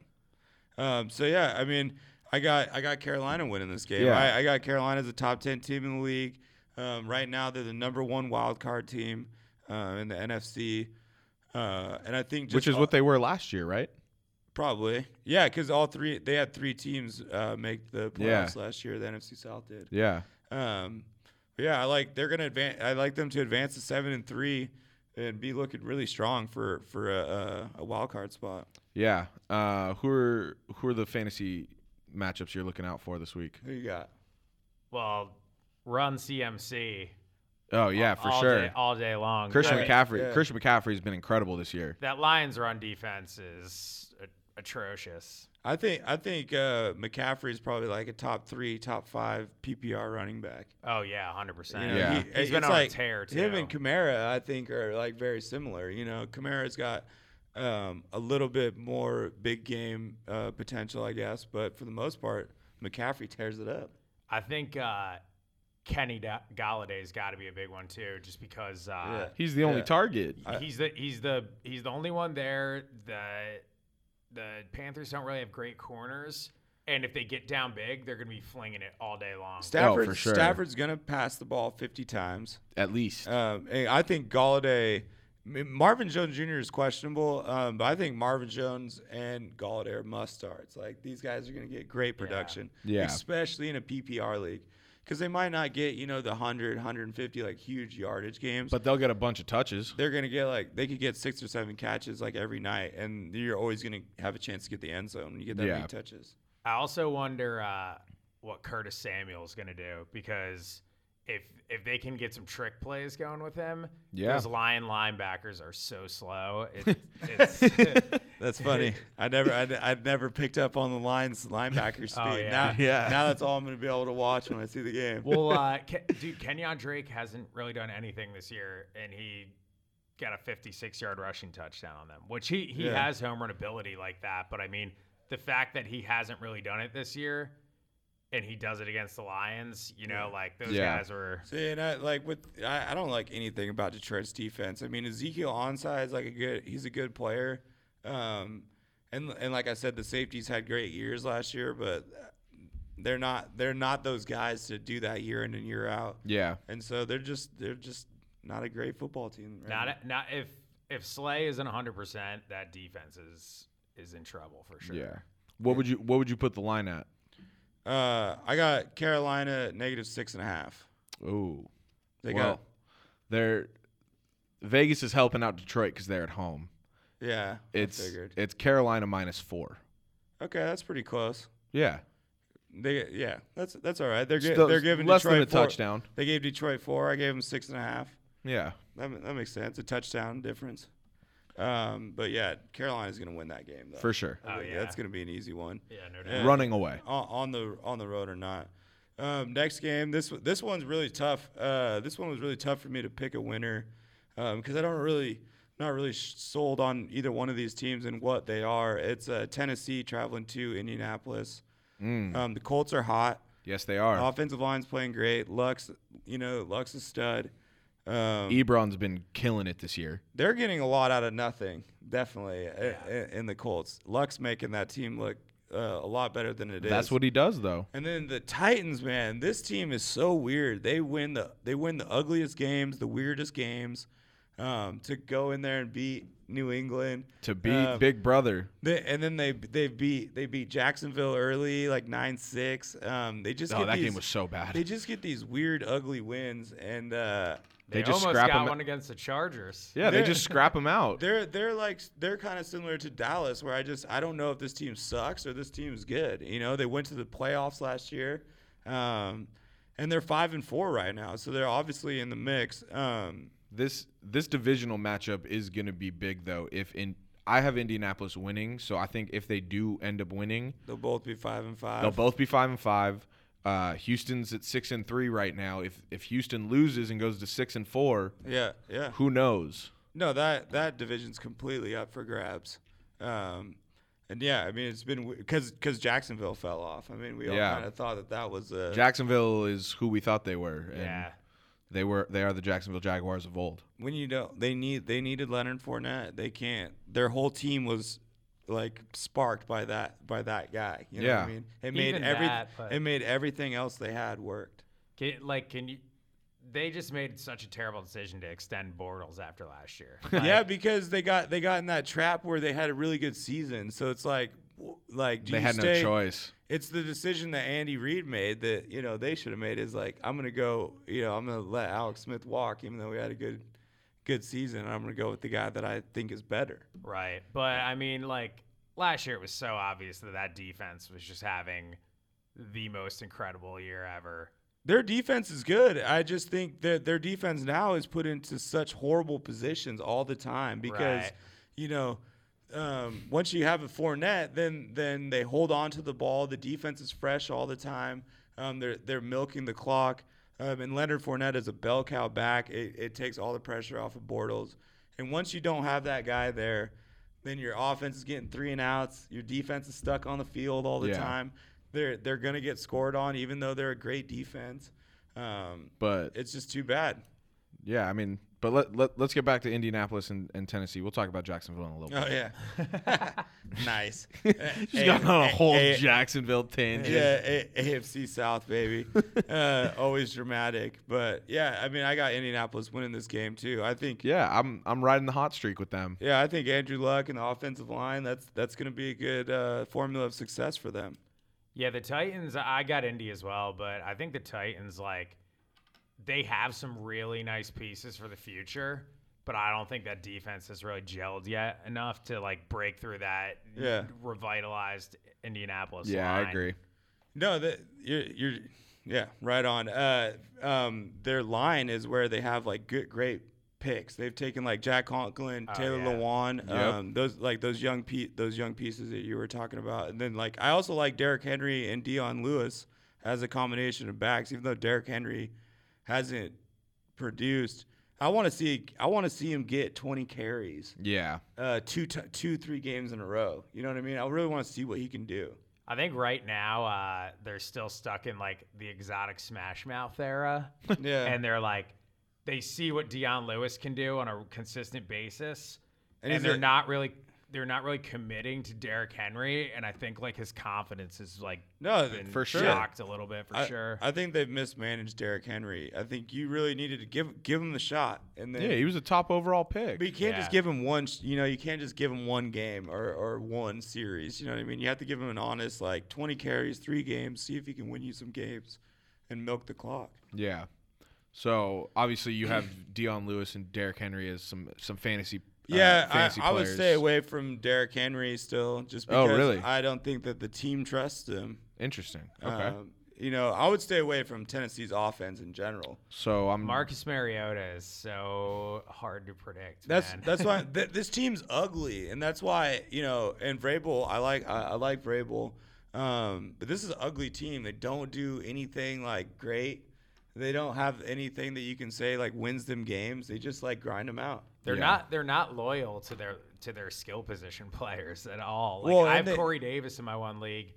Um, so yeah, I mean, I got I got Carolina winning this game. Yeah. I, I got Carolina as a top ten team in the league. Um, right now, they're the number one wild card team uh, in the NFC, uh, and I think just Which is all- what they were last year, right? probably yeah, because all three they had three teams uh, make the Yeah. playoffs last year. The NFC South did. Yeah. Um, but yeah, I like they're gonna advance. I like them to advance to seven and three, and be looking really strong for for a, a, a wild card spot. Yeah. Uh, who are who are the fantasy matchups you're looking out for this week? Who you got? well, run CMC. Oh yeah, for all sure. Day, all day long. Christian That- McCaffrey. yeah. Christian McCaffrey's been incredible this year. That Lions run defense is a- atrocious. I think I think uh, McCaffrey is probably like a top three, top five PPR running back. Oh, yeah, 100%. You know, Yeah. he, He's been it's on a like tear, too. Him and Kamara, I think, are like very similar. You know, Kamara's got um, a little bit more big game uh, potential, I guess, but for the most part, McCaffrey tears it up. I think uh, Kenny da- Galladay's got to be a big one, too, just because uh, Yeah. He's the only Yeah. target. he's the he's the he's the only one there that the Panthers don't really have great corners, and if they get down big, they're gonna be flinging it all day long. Stafford, Oh, for sure. Stafford's gonna pass the ball fifty times. At least. Um, and I think Galladay, M- Marvin Jones Jr. is questionable, um, but I think Marvin Jones and Galladay are must starts. Like these guys are going to get great production, Yeah. especially in a PPR league, because they might not get you know the 100, 150 like huge yardage games, but they'll get a bunch of touches. they're going to get like they could get six or seven catches like every night, and you're always going to have a chance to get the end zone when you get that Yeah. many touches. I also wonder uh, what Curtis Samuel's gonna do because if if they can get some trick plays going with him, Yeah. those Lion linebackers are so slow. It, it's That's funny. I never, I, I'd never picked up on the lines linebacker speed. Oh, yeah. Now, Yeah. now that's all I'm going to be able to watch when I see the game. well, uh, Ke- dude, Kenyon Drake hasn't really done anything this year, and he got a 56-yard rushing touchdown on them, which he he Yeah. has home run ability like that. But I mean, the fact that he hasn't really done it this year, and he does it against the Lions, you know, like those Yeah. guys were. See, and I like with I, I don't like anything about Detroit's defense. I mean, Ezekiel Onside is like a good he's a good player, um, and and like I said, the safeties had great years last year, but they're not they're not those guys to do that year in and year out, Yeah. and so they're just they're just not a great football team. Right Not now. not if if Slay isn't 100, percent that defense is is in trouble for sure. Yeah. What would you What would you put the line at? Uh, I got Carolina negative six and a half. Ooh. They well, they're Vegas is helping out Detroit because they're at home. got yeah. I It's figured. it's Carolina minus four. okay. That's pretty close. Yeah. They yeah. That's that's all right. They're gi- Still they're giving less Detroit than a four- touchdown. They gave Detroit four. I gave them six and a half. Yeah. That, ma- that makes sense. A touchdown difference. Um, but yeah, Carolina's going to win that game though. For sure. I Oh, think yeah. that's going to be an easy one. Yeah, no doubt. Yeah. Running away. On, on the on the road or not. Um, next game. This one- this one's really tough. Uh, this one was really tough for me to pick a winner because um, I don't really not really sh- sold on either one of these teams and what they are. It's uh, Tennessee traveling to Indianapolis. Mm. Um, the Colts are hot. Yes, they are. Offensive line's playing great. Lux, you know, Lux is stud. Um, Ebron's been killing it this year. they're getting a lot out of nothing, definitely, i- i- in the Colts. Lux making that team look uh, a lot better than it is. That's what he does, though. And then the Titans, man, this team is so weird. They win the they win the ugliest games, the weirdest games. Um, to go in there and beat New England To beat Um, Big Brother, they, and then they they beat they beat Jacksonville early, like nine six. Um, they just oh, get that these, game was so bad. They just get these weird, ugly wins, and uh, They They, just almost scrap got them- one against the Chargers. yeah, they just scrap him out. they're they're like they're kind of similar to Dallas, where I just I don't know if this team sucks or this team's good. You know, they went to the playoffs last year, um, and they're five and four right now, so they're obviously in the mix. Um, This this divisional matchup is going to be big, though. If in I have Indianapolis winning, so I think if they do end up winning, they'll both be five and 5 They'll both be five and five. Uh, Houston's at six and three right now. If if Houston loses and goes to six and four, yeah, yeah. who knows? No, that that division's completely up for grabs. Um, and yeah, I mean it's been because because Jacksonville fell off. I mean we all Yeah. kind of thought that that was a Jacksonville is who we thought they were. And Yeah. they were. They are the Jacksonville Jaguars of old. when you don't they need they needed Leonard Fournette. They can't. Their whole team was like sparked by that by that guy. You know what Yeah. I mean? It made Even every that, but- it made everything else they had worked. Can, like, can you? They just made such a terrible decision to extend Bortles after last year. yeah, because they got they got in that trap where they had a really good season. So it's like w- like do they you had no stay- choice. it's the decision that Andy Reid made that you know they should have made is like I'm gonna go you know I'm gonna let Alex Smith walk even though we had a good good season and I'm gonna go with the guy that I think is better. Right. But I mean, like last year, it was so obvious that that defense was just having the most incredible year ever. Their defense is good. I just think that their defense now is put into such horrible positions all the time because Right. you know um, once you have a Fournette, then then they hold on to the ball. The defense is fresh all the time. Um, they're they're milking the clock. Um, and Leonard Fournette is a bell cow back. It, it takes all the pressure off of Bortles. And once you don't have that guy there, then your offense is getting three and outs. Your defense is stuck on the field all the Yeah. time. They're they're gonna get scored on, even though they're a great defense. Um, But it's just too bad. yeah, I mean, but let, let let's get back to Indianapolis and, and Tennessee. We'll talk about Jacksonville in a little bit. Oh yeah, nice. She's got on a whole Jacksonville tangent. Yeah, a- AFC South, baby. uh, always dramatic. But yeah, I mean, I got Indianapolis winning this game too. I think. Yeah, I'm I'm riding the hot streak with them. Yeah, I think Andrew Luck and the offensive line. That's that's going to be a good uh, formula of success for them. Yeah, the Titans, I got Indy as well, but I think the Titans, like, they have some really nice pieces for the future, but I don't think that defense has really gelled yet enough to, like, break through that Yeah. revitalized Indianapolis. Yeah, line. I agree. No, that you're, you're yeah, right on. Uh, um, their line is where they have like good, great picks. They've taken like Jack Conklin, Taylor yeah. Lewan, Yep. um, those like those young pe- those young pieces that you were talking about, and then like I also like Derrick Henry and Dion Lewis as a combination of backs, even though Derrick Henry hasn't produced. I want to see I want to see him get 20 carries, Yeah, uh, two t- two three games in a row. You know what I mean? I really want to see what he can do. I think right now uh, they're still stuck in like the exotic Smash Mouth era, Yeah. and they're like, they see what Dion Lewis can do on a consistent basis, And and, he's they're a- not really they're not really committing to Derrick Henry, and I think like his confidence is like No, th- been for sure. shocked a little bit for I, sure. I think they've mismanaged Derrick Henry. I think you really needed to give give him the shot, and then yeah, he was a top overall pick. but you can't just Yeah. give him one. sh- You know, you can't just give him one game or or one series. You know what I mean? You have to give him an honest like twenty carries, three games, see if he can win you some games, and milk the clock. Yeah. So obviously you have Dion Lewis and Derrick Henry as some some fantasy. uh, Yeah, fantasy I, I would players. stay away from Derrick Henry still, just Oh, because really? I don't think that the team trusts him. Interesting. Okay. Um, you know, I would stay away from Tennessee's offense in general. so I'm Marcus Mariota is so hard to predict. That's man. that's why th- this team's ugly, and that's why you know. And Vrabel, I like I, I like Vrabel, um, but this is an ugly team. They don't do anything like great. they don't have anything that you can say like wins them games. They just like grind them out. They're Yeah. not they're not loyal to their to their skill position players at all. Like Well, and I have they- Corey Davis in my one league,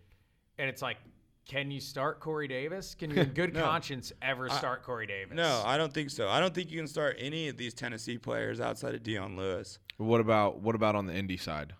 and it's like, can you start Corey Davis? Can you in good No. conscience ever start Corey Davis? No, I don't think so. I don't think you can start any of these Tennessee players outside of Dion Lewis. What about what about on the indie side?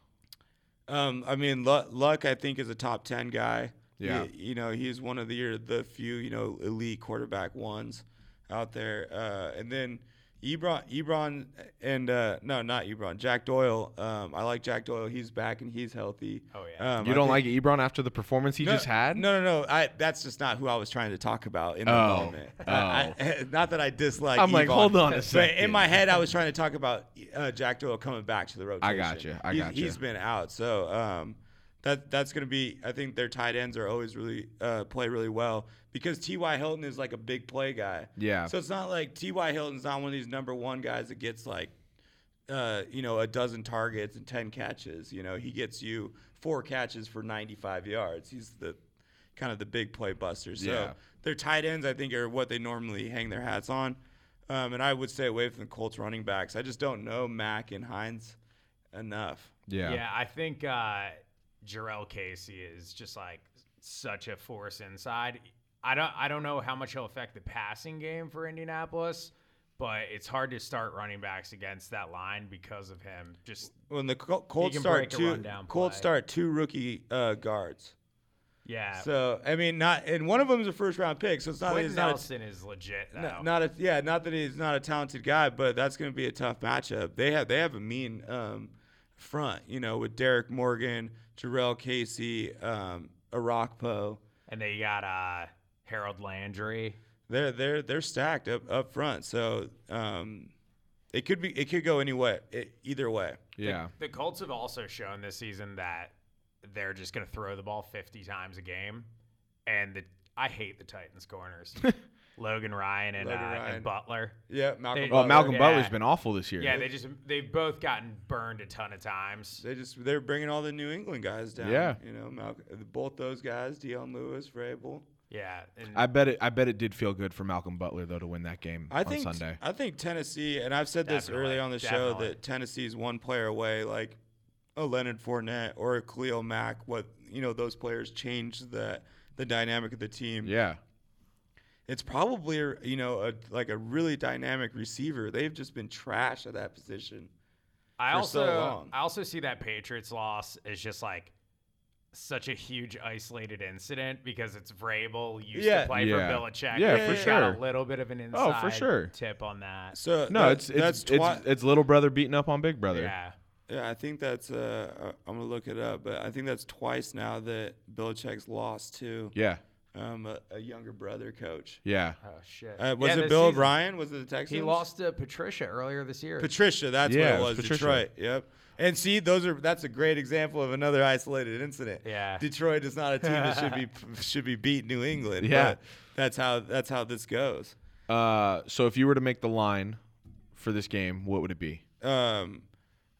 Um, I mean, Lu- Luck, I think, is a top ten guy. Yeah. Y- you, know, he's one of the year the few you know elite quarterback ones out there. Uh, and then Ebron, Ebron, and uh, no, not Ebron, Jack Doyle. Um, I like Jack Doyle. He's back and he's healthy. Oh, yeah. Um, You I don't think- like Ebron after the performance he no, just had? No, no, no. I, that's just not who I was trying to talk about in the Oh. moment. I- I- not that I dislike. I'm like, Ebron, hold on a But in second. my head, I was trying to talk about uh, Jack Doyle coming back to the rotation. gotcha, I He's- gotcha. He's been out, so um, that that's going to be. I think their tight ends are always really uh, play really well because T. Y. Hilton is like a big play guy. Yeah. So it's not like T. Y. Hilton's not one of these number one guys that gets like uh, you know, a dozen targets and 10 catches. You know, he gets you four catches for 95 yards. He's the kind of the big play buster. So Yeah. their tight ends, I think, are what they normally hang their hats on. Um, and I would stay away from the Colts running backs. I just don't know Mack and Hines enough. Yeah. Yeah. I think uh, Jarrell Casey is just like such a force inside. I don't I don't know how much he'll affect the passing game for Indianapolis, but it's hard to start running backs against that line because of him. Just When the Col- Colts can start break a two, rundown Colts play. start two rookie uh, guards. yeah. So I mean, not and one of them is a first round pick. So it's not. Quentin It's not a- Nelson is legit though. No, not a yeah, not that he's not a talented guy, but that's going to be a tough matchup. They have they have a mean um, front, you know, with Derek Morgan, Jarrell Casey, um, Arakpo. and they got uh, Harold Landry. They're they're they're stacked up up front, so um, it could be it could go any way, it, either way. Yeah. The Colts have also shown this season that they're just going to throw the ball 50 times a game, and the I hate the Titans corners. Logan Ryan and, Logan uh, Ryan. and Butler. Yeah, Malcolm. They- Well, Butler. Malcolm Yeah. Butler's been awful this year. Yeah, they just they've both gotten burned a ton of times. They just they're bringing all the New England guys down. Yeah. you know, Malcolm, both those guys, Dion Lewis, Vrabel. Yeah, and I bet it. I bet it did feel good for Malcolm Butler though to win that game I on think Sunday. I think Tennessee, and I've said this Definitely, early on the show definitely. that Tennessee's one player away, like a Leonard Fournette or a Khalil Mack. What you know, those players change the the dynamic of the team. yeah. It's probably you know a, like a really dynamic receiver. They've just been trash at that position. I for so also long. I also see that Patriots loss as just like such a huge isolated incident because it's Vrabel used Yeah. to play Yeah. for Belichick. Yeah, and for we got sure. a little bit of an inside Oh, for sure. tip on that. So No, that- it's it's that's it's, twi- it's little brother beating up on big brother. Yeah. yeah. I think that's uh, uh, I'm gonna look it up, but I think that's twice now that Belichick's lost to Yeah. um, a, a younger brother coach. Yeah. Oh shit. Uh, was Yeah, it this Bill season- O'Brien? Was it the Texans? He lost to Patricia earlier this year. Patricia, that's Yeah, it what it was was. Patricia. Detroit. Yep. And see, those are that's a great example of another isolated incident. Yeah. Detroit is not a team that should be should be beat New England. Yeah. but That's how that's how this goes. Uh, so if you were to make the line for this game, what would it be? Um,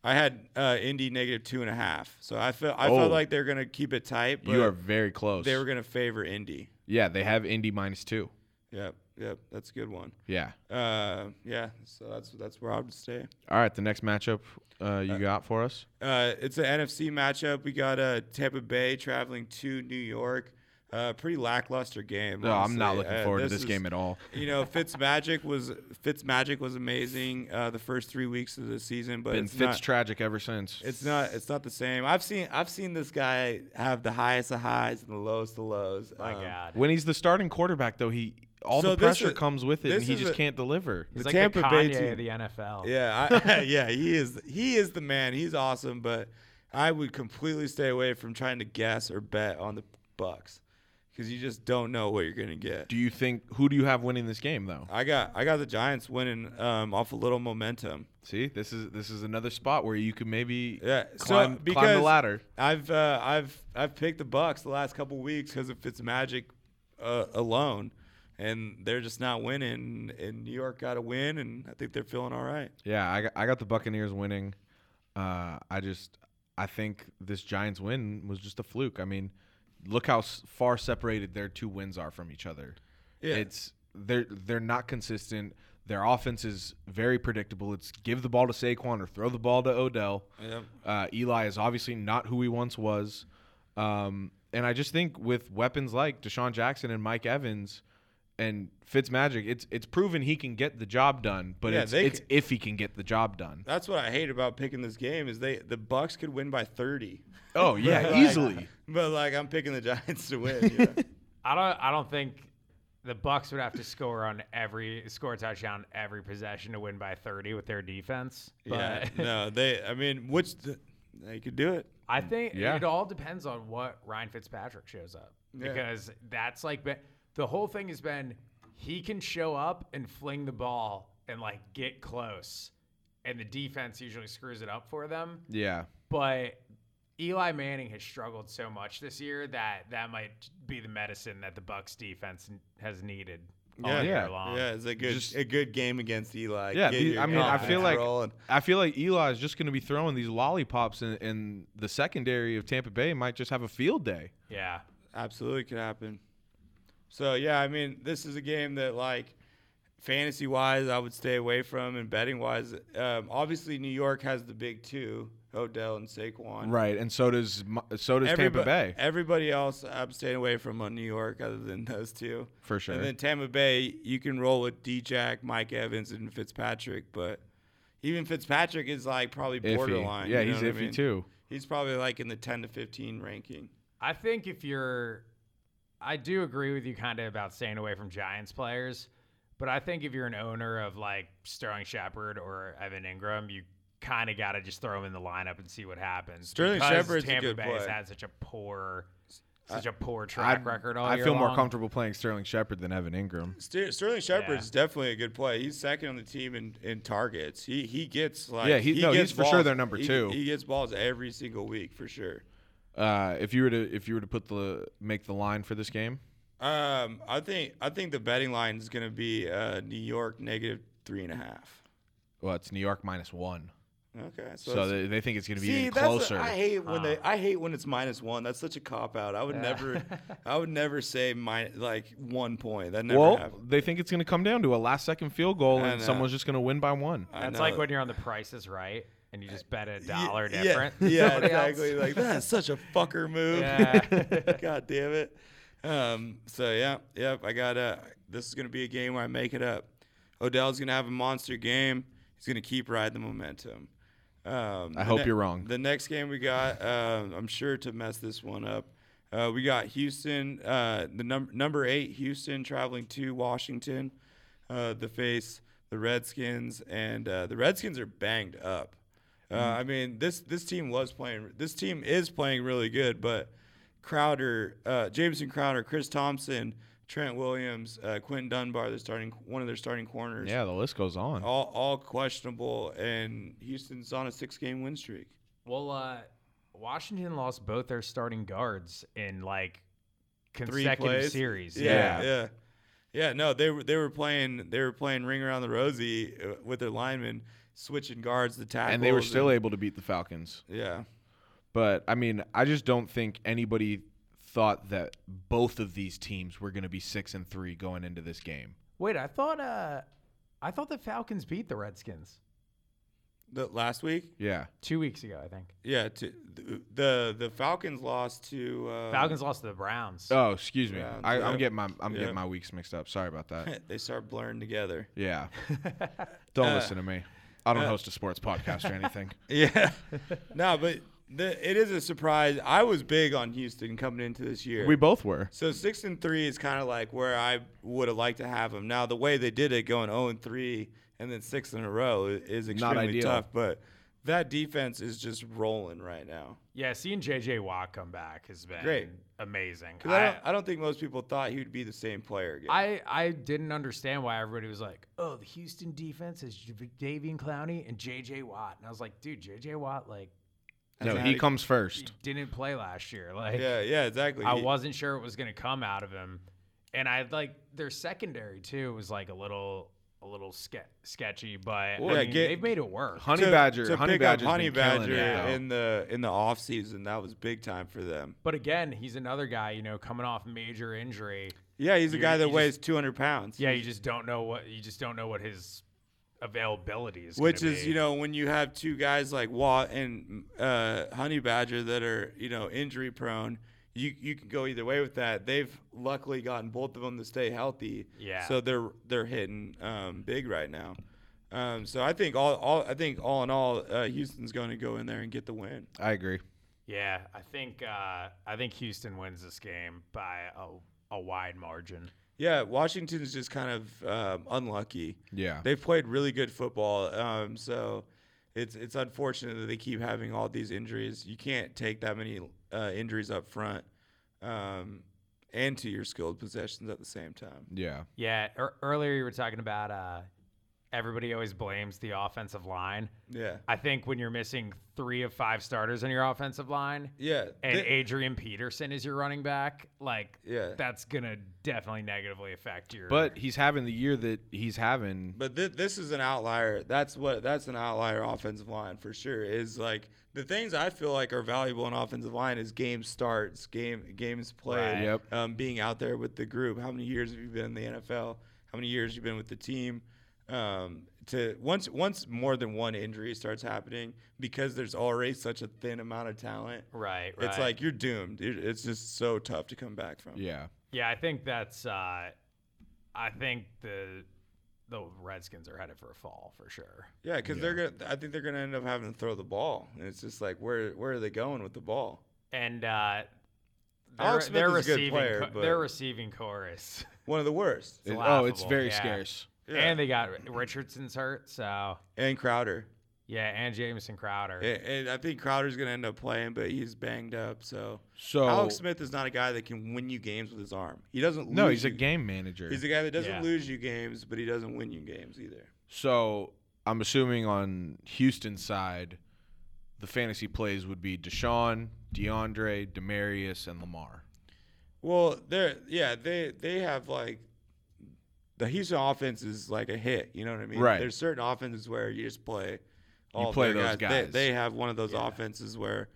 I had uh, Indy negative two and a half, so I felt I felt Oh. like they're gonna keep it tight, but you are very close. they were gonna favor Indy. yeah, they have Indy minus two. Yep, yep, that's a good one. Yeah. Uh, yeah, so that's that's where I would stay. All right. The next matchup uh, you got for us? Uh, it's an NFC matchup. We got uh, Tampa Bay traveling to New York. Uh, pretty lackluster game. No, I'm not honestly. looking Uh, forward to this is- game at all. You know, Fitzmagic was Fitzmagic was amazing uh, the first three weeks of the season, but Been it's Fitz not. tragic ever since. it's not. It's not the same. I've seen. I've seen this guy have the highest of highs and the lowest of lows. My Um, God. When he's the starting quarterback, though, he all So the this pressure is- comes with it, and this he is just a- can't deliver. He's the like Tampa the Bay Kanye team- of the NFL. Yeah, I, yeah, he is. He is the man. He's awesome, but I would completely stay away from trying to guess or bet on the Bucks because you just don't know what you're gonna get. Do you think who do you have winning this game though? I got I got the Giants winning um, off a little momentum. See, this is this is another spot where you could maybe Yeah, so, climb, climb the because- ladder. I've uh, I've I've picked the Bucks the last couple weeks because of Fitzmagic uh, alone, and they're just not winning. And New York got a win, and I think they're feeling all right. Yeah, I got, I got the Buccaneers winning. Uh, I just I think this Giants win was just a fluke. I mean, look how s- far separated their two wins are from each other. Yeah. It's they're they're not consistent. Their offense is very predictable. It's give the ball to Saquon or throw the ball to Odell. Yep. Uh, Eli is obviously not who he once was. Um, and I just think with weapons like Deshaun Jackson and Mike Evans and Fitzmagic, it's it's proven he can get the job done, but Yeah, it's, they it's can- if he can get the job done. That's what I hate about picking this game is they the Bucks could win by 30. Oh yeah, Like, easily. But like I'm picking the Giants to win. You know? I don't. I don't think the Bucks would have to score on every score a touchdown every possession to win by 30 with their defense. But yeah. No, they. I mean, which the, they could do it. I think Yeah. it all depends on what Ryan Fitzpatrick shows up Yeah. because that's like been, the whole thing has been he can show up and fling the ball and like get close, and the defense usually screws it up for them. Yeah. But Eli Manning has struggled so much this year that that might be the medicine that the Bucks defense n- has needed all Yeah. year Yeah. long. yeah, it's a good just- a good game against Eli. Yeah, Get the- your I mean, I confidence feel like- rolling. I feel like Eli is just going to be throwing these lollipops, and, and the secondary of Tampa Bay might just have a field day. Yeah. absolutely could happen. So yeah, I mean, this is a game that like fantasy wise, I would stay away from, and betting wise, um, obviously New York has the big two, Odell and Saquon. Right, and so does Mi- so does Tampa Everybo- Bay. Everybody else, I'm staying away from on New York, other than those two. For sure. And then Tampa Bay, you can roll with D-Jack, Mike Evans, and Fitzpatrick, but even Fitzpatrick is like probably Iffy. borderline. Yeah, you know he's what I iffy mean? too. He's probably like in the 10 to 15 ranking. I think if you're, I do agree with you kind of about staying away from Giants players, but I think if you're an owner of like Sterling Shepard or Evan Ingram, you kind of got to just throw him in the lineup and see what happens. Sterling because Shepard's a Tampa good Bay has play. had such a poor, such a poor track I'd- record all I year feel more long. comfortable playing Sterling Shepard than Evan Ingram. Ster- Sterling Shepard's definitely a good play. He's second on the team in, in targets. He he gets like Yeah, he- no, he's gets for sure balls- their number he- two. He gets balls every single week for sure. Uh, if you were to if you were to put the make the line for this game, Um, I think I think the betting line is going to be uh, New York negative three and a half. well, it's New York minus one, Okay, so so, it's- they, they think it's going to be see, even that's what- closer. I hate when they I hate when it's minus one. That's such a cop out. I would never I would never say my like one point. That never well, happened. they think it's going to come down to a last second field goal, I and know. someone's just going to win by one. I That's know. like when you're on the prices right and you just bet a Y- dollar yeah, different. than Yeah, somebody else. exactly. Like that's such a fucker move. Yeah. God damn it. Um, so yeah, yep. I got. Uh, this is gonna be a game where I make it up. Odell's gonna have a monster game. He's gonna keep riding the momentum. Um, the hope you're wrong. The next game we got, um, I'm sure to mess this one up. Uh, we got Houston, uh, the number number eight Houston traveling to Washington, uh, the face the Redskins, and uh, the Redskins are banged up. Uh, Mm-hmm. I mean this this team was playing this team is playing really good, but Crowder, uh, Jameson Crowder, Chris Thompson, Trent Williams, uh, Quentin Dunbar, they're starting one of their starting corners. Yeah, the list goes on. All, all questionable, and Houston's on a six-game win streak. Well, uh, Washington lost both their starting guards in like Three consecutive plays. series. Yeah, Yeah. yeah, yeah. No, they were they were playing they were playing ring around the rosy uh, with their linemen, switching guards, the tackles, and they were still and- able to beat the Falcons. yeah. But I mean, I just don't think anybody thought that both of these teams were going to be six and three going into this game. Wait, I thought uh, I thought the Falcons beat the Redskins The last week, Yeah, two weeks ago. I think yeah. To, th- the the Falcons lost to uh, Falcons lost to the Browns. Oh, excuse me. Browns, I, yeah. I'm getting my I'm Yeah. getting my weeks mixed up. Sorry about that. they start blurring together. Yeah. Don't Uh, listen to me. I don't host a sports podcast or anything. Yeah. no, but the, it is a surprise. I was big on Houston coming into this year. We both were. so six and three is kind of like where I would have liked to have them. Now the way they did it, going zero and three and then six in a row, i- is extremely ideal. tough. But that defense is just rolling right now. yeah, seeing JJ Watt come back has been Great. amazing. 'Cause I, don't, I don't think most people thought he would be the same player again. I, I didn't understand why everybody was like, oh, the Houston defense is J- Davian Clowney and JJ Watt, and I was like, dude, JJ Watt like No, not he a- comes first. didn't play last year. Like, yeah, yeah, exactly. I He- wasn't sure it was going to come out of him, and I like their secondary too was like a little a little ske- sketchy, but Well, I yeah, mean, get- they've made it work. Honey to- Badger. to honey pick up Badger's Honey been killing Badger it, though. in the in the off season that was big time for them. But again, he's another guy you know coming off major injury Yeah, he's a You're- guy that you weighs 200 pounds. Yeah, you just don't know what you just don't know what his availability is. Which gonna is, be. you know, when you have two guys like Watt and uh, Honey Badger that are, you know, injury prone, you you can go either way with that. They've luckily gotten both of them to stay healthy. Yeah. So they're they're hitting um, big right now. Um, so I think all, all I think all in all, uh, Houston's going to go in there and get the win. I agree. Yeah, I think uh, I think Houston wins this game by a, a wide margin. Yeah, Washington's just kind of um, unlucky. Yeah. They've played really good football. Um, so it's it's unfortunate that they keep having all these injuries. You can't take that many uh, injuries up front um, and to your skilled possessions at the same time. yeah. Yeah, ear earlier you were talking about uh, everybody always blames the offensive line. Yeah. I think when you're missing three of five starters on your offensive line, Yeah. and They- Adrian Peterson is your running back, like Yeah. that's gonna definitely negatively affect your. But he's having the year that he's having. but thi- this is an outlier. That's what that's an outlier offensive line for sure. Is like the things I feel like are valuable in offensive line is game starts, game games played, Right. Yep. um, being out there with the group. How many years have you been in the NFL? How many years you've been with the team? Um, to once once more than one injury starts happening because there's already such a thin amount of talent. right, right. It's like you're doomed. It- It's just so tough to come back from. Yeah. Yeah, I think that's. Uh, I think the the Redskins are headed for a fall for sure. Yeah, because they're gonna. I think they're gonna end up having to throw the ball, and it's just like, where where are they going with the ball? And uh, Alex Smith is a good receiving player, co- but- their receiving chorus, One of the worst. It- oh, laughable. it's very Yeah. scarce. Yeah. and they got Richardson's hurt, so And Crowder, yeah, and Jamison Crowder. and, and I think Crowder's gonna end up playing, but he's banged up. So So Alex Smith is not a guy that can win you games with his arm. He doesn't. no, lose he's a you- game manager. He's a guy that doesn't Yeah. lose you games, but he doesn't win you games either. so I'm assuming on Houston's side, the fantasy plays would be Deshaun, DeAndre, Demarius, and Lamar. Well, they're yeah, they they have like the Houston offense is like a hit. You know what I mean? Right. There's certain offenses where you just play. All play their those They- guys. They, have one of those offenses where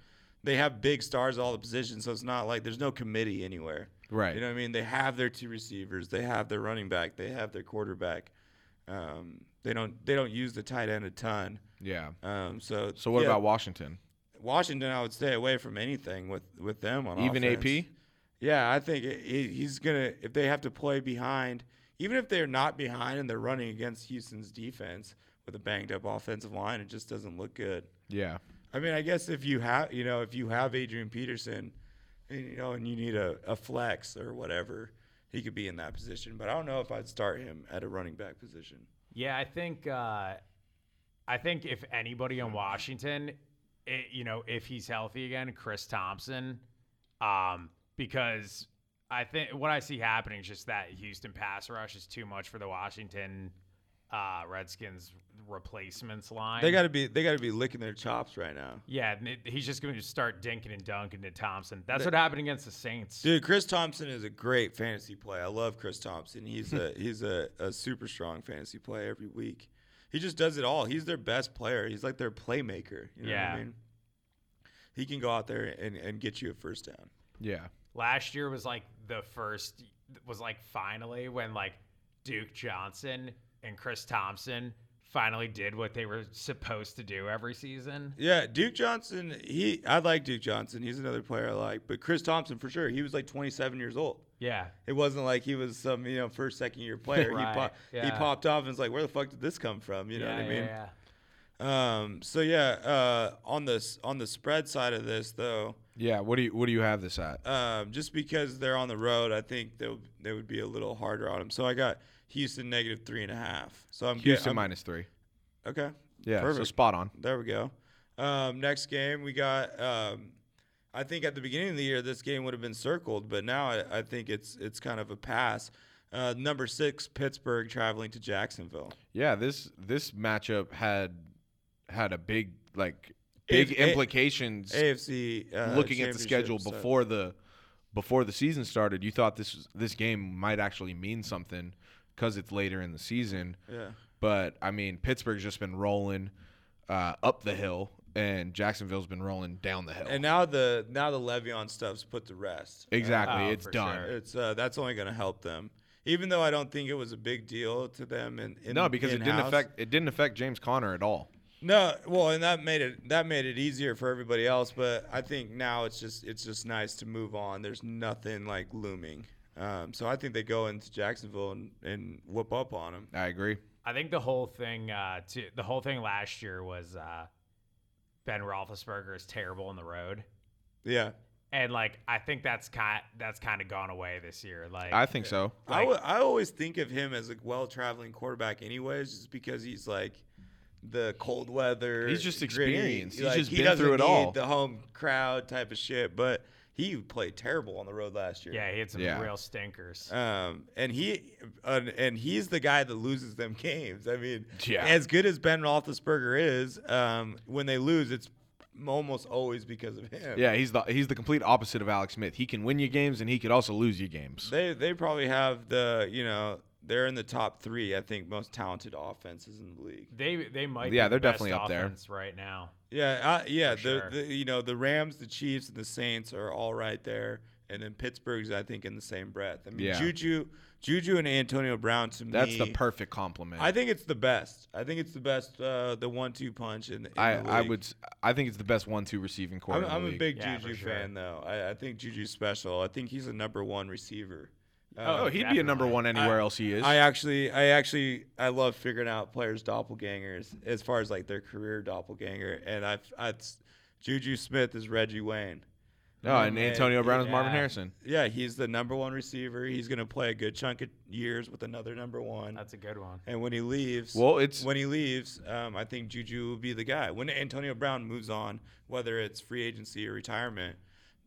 they have big stars at all the positions, so it's not like there's no committee anywhere. Right. You know what I mean? They have their two receivers, they have their running back, they have their quarterback. Um, they don't they don't use the tight end a ton. Yeah. Um, so So what yeah, about Washington? Washington? I would stay away from anything with with them on Even offense. AP? Yeah, I think it, it, he's gonna if they have to play behind, even if they're not behind and they're running against Houston's defense with a banged up offensive line, it just doesn't look good. Yeah. I mean, I guess if you have you know if you have Adrian Peterson, and, you know, and you need a, a flex or whatever, he could be in that position. But I don't know if I'd start him at a running back position. Yeah, I think uh, I think if anybody in Washington, it, you know, if he's healthy again, Chris Thompson, um, because I think what I see happening is just that Houston pass rush is too much for the Washington uh, Redskins replacements line. They got to be they got to be licking their chops right now. yeah, and it- he's just going to start dinking and dunking to Thompson. That's what happened against the Saints. Dude, Chris Thompson is a great fantasy play. I love Chris Thompson. He's a he's a, a super strong fantasy play every week. He just does it all. He's their best player. He's like their playmaker. You know Yeah. what I mean? He can go out there and, and get you a first down. Yeah. last year was like the first was like finally when like Duke Johnson and Chris Thompson finally did what they were supposed to do every season. Yeah, Duke Johnson, he I like Duke Johnson. He's another player I like. But Chris Thompson for sure, he was like twenty seven years old. Yeah. It wasn't like he was some, you know, first, second year player. Right, he, pop, he yeah. popped off and was like, where the fuck did this come from? You know yeah, what I mean? Yeah, yeah. Um, so yeah, uh, on this on the spread side of this though, Yeah. What do you What do you have this at? um, just because they're on the road, I think they they would be a little harder on them. So I got Houston negative three and a half. So I'm get- Houston I'm- minus three. Okay, Yeah. So perfect. spot on. there we go. Um, next game we got. Um, I think at the beginning of the year this game would have been circled, but now I, I think it's it's kind of a pass. Uh, number six Pittsburgh traveling to Jacksonville. Yeah. This This matchup had had a big like big If- eh, implications. AFC. Uh, looking at the championship, schedule so- before the before the season started, you thought this was- this game might actually mean something because it's later in the season. Yeah. But I mean, Pittsburgh's just been rolling uh, up the hill. and Jacksonville's been rolling down the hill. And now the now the Le'Veon stuff's put to rest. exactly, Oh, it's for done. sure. It's uh, that's only going to help them. Even though I don't think it was a big deal to them, and in, No, because it didn't in-house. affect it didn't affect James Conner at all. No, well, and that made it that made it easier for everybody else. But I think now it's just it's just nice to move on. There's nothing like looming. Um, so I think they go into Jacksonville and, and whoop up on them. I agree. I think the whole thing, uh, to, the whole thing last year was uh, Ben Roethlisberger is terrible on the road, Yeah, and like I think that's kind that's kind of gone away this year. Like I think so. I, w- I always think of him as a well traveling quarterback, anyways, just because he's like the cold weather. He's just gritty, experienced. He's like, just he been through doesn't it all. need The home crowd type of shit, but he played terrible on the road last year. yeah, he had some Yeah. real stinkers. Um, and he uh, and he's the guy that loses them games. I mean, Yeah. as good as Ben Roethlisberger is, um, when they lose, it's almost always because of him. Yeah, he's the he's the complete opposite of Alex Smith. He can win you games and he could also lose you games. They they probably have the you know they're in the top three. I think most talented offenses in the league. they they might Yeah, be the they're definitely best up there. offense right now. Yeah, I, yeah. The, For sure. the you know the Rams, the Chiefs, and the Saints are all right there, and then Pittsburgh's I think in the same breath. I mean, Yeah. Juju, Juju, and Antonio Brown to That's me. the perfect compliment. I think it's the best. I think it's the best. Uh, the one-two punch in. in I, the I league. would s- I think it's the best one two receiving core. I'm, in the I'm a league. big Yeah, for Juju sure. fan, though. I, I think Juju's special. I think he's a number one receiver. Oh, Uh, he'd be a number Definitely. one anywhere else he is. I actually, I actually, I love figuring out players' doppelgangers as far as like their career doppelganger. And I, I Juju Smith is Reggie Wayne. no, and man. Antonio Brown is Marvin Yeah. Harrison. Yeah, he's the number one receiver. He's gonna play a good chunk of years with another number one. That's a good one. and when he leaves, Well, it's when he leaves, um, I think Juju will be the guy. When Antonio Brown moves on, whether it's free agency or retirement,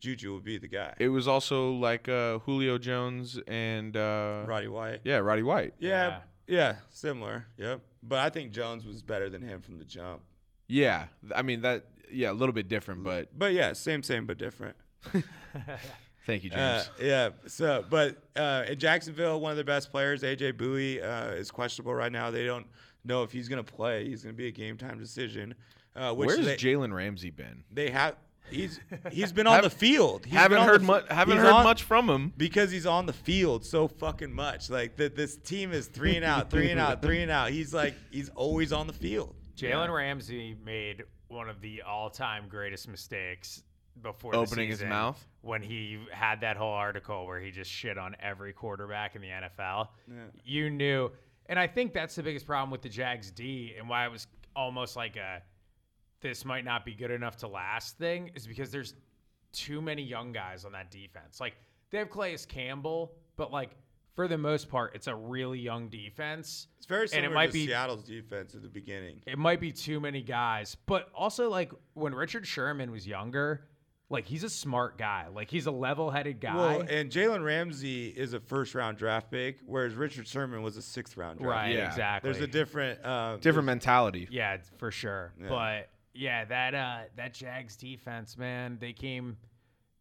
Juju will be the guy. it was also like uh, Julio Jones and uh, Roddy White. yeah Roddy White. Yeah, yeah, similar. Yep. But I think Jones was better than him from the jump. Yeah, th- I mean that. Yeah, a little bit different, but But yeah, same, same, but different. thank you, Uh, James. yeah. So, but uh, in Jacksonville, one of their best players, AJ Bowie, uh, is questionable right now. They don't know if he's going to play. He's going to be a game time decision. Uh, which Where's they, Jalen Ramsey been? they have. He's he's been on the field. He's haven't been on heard the much. fi- Haven't he's heard on- much from him. because he's on the field so fucking much. Like that, this team is three and out, three and out, three and out. He's like he's always on the field. Jalen Ramsey made one of the all-time greatest mistakes before the Opening his season mouth? when he had that whole article where he just shit on every quarterback in the NFL. You knew, and I think that's the biggest problem with the Jags D and why it was almost like a this might not be good enough to last thing is because there's too many young guys on that defense. Like they have Clayus Campbell, but like for the most part, it's a really young defense. It's very and similar it might to be Seattle's defense at the beginning. it might be too many guys, but also like when Richard Sherman was younger, like he's a smart guy, like he's a level-headed guy, Well, and Jalen Ramsey is a first round draft pick, whereas Richard Sherman was a sixth round draft. right? Yeah. Exactly. There's a different. Uh, Different mentality. yeah, it's for sure. But yeah, that uh that Jags defense, man, they came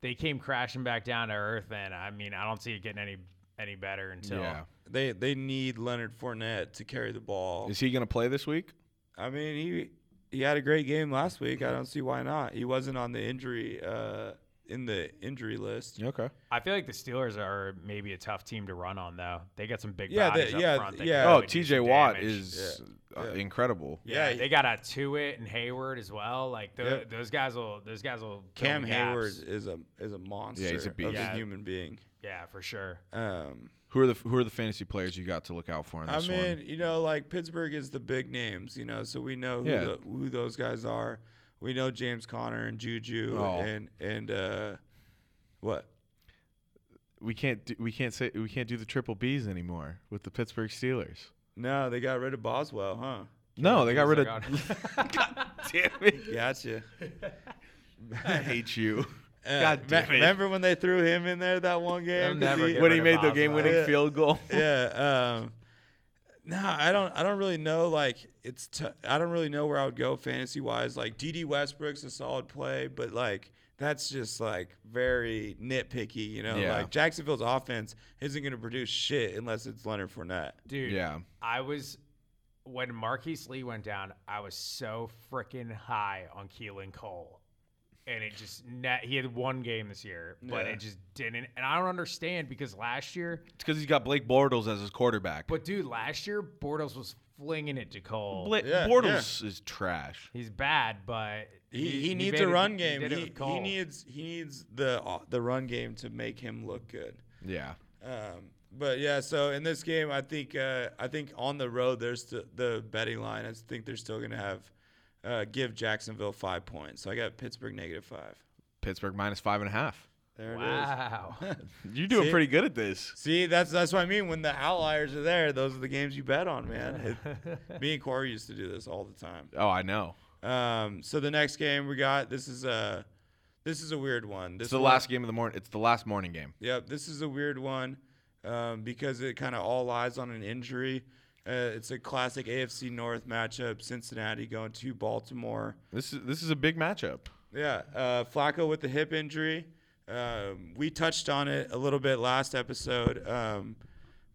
they came crashing back down to earth, and I mean, I don't see it getting any any better until Yeah. They they need Leonard Fournette to carry the ball. Is he gonna play this week? I mean he he had a great game last week. I don't see why not. He wasn't on the injury uh, in the injury list. Okay. I feel like the Steelers are maybe a tough team to run on, though. They got some big Yeah, bodies they- up yeah, front. that yeah. can Oh, really do T.J. some Watt damage. is uh, incredible. Yeah, Yeah, they got a to it and Hayward as well. Like tho- Yep. those guys will, those guys will. fill Cam the gaps. Hayward is a is a monster. Yeah, he's a Of beast. Yeah. a human being. Yeah, for sure. Um, Who are the Who are the fantasy players you got to look out for in I this one? mean, you know, like Pittsburgh is the big names, you know, so we know who, Yeah. the, who those guys are. We know James Conner and Juju Oh. and and uh, what? We can't do, we can't say we can't do the triple Bs anymore with the Pittsburgh Steelers. No, they got rid of Boswell, huh? No, they got rid of. God. damn it! Gotcha. I hate you. Uh, God me- damn it. Remember when they threw him in there that one game? I'm 'Cause never he- Get when rid he of made the Boswell. game-winning Yeah. field goal. yeah. Um, no, I don't. I don't really know. Like, it's. T- I don't really know where I would go fantasy wise. Like, D.D. Westbrook's a solid play, but like that's just like very nitpicky. You know, Yeah. like Jacksonville's offense isn't going to produce shit unless it's Leonard Fournette. Dude, Yeah. I was when Marquise Lee went down, I was so freaking high on Keelan Cole. And it just net he had one game this year, but Yeah. it just didn't and I don't understand because last year It's because he's got Blake Bortles as his quarterback. but dude, last year Bortles was flinging it to Cole. Bla- Yeah, Bortles is trash. He's bad, but He, he, needs a made it- run he game. did it He, with he Cole. needs he needs the uh, the run game to make him look good. Yeah. Um, but yeah, so in this game, I think uh, I think on the road there's st- the betting line. I think they're still gonna have uh, give Jacksonville five points. So I got Pittsburgh negative five. Pittsburgh minus five and a half. There it Wow. is. You're doing See? pretty good at this. See, that's that's what I mean. When the outliers are there, those are the games you bet on, man. It, me and Corey used to do this all the time. Oh, I know. Um, so the next game we got this is a this is a weird one. This It's the one- last game of the morning. It's the last morning game. Yep, this is a weird one um, because it kind of all lies on an injury. Uh, it's a classic AFC North matchup. Cincinnati going to Baltimore. This is this is a big matchup. Yeah, uh, Flacco with the hip injury. Um, we touched on it a little bit last episode. Um,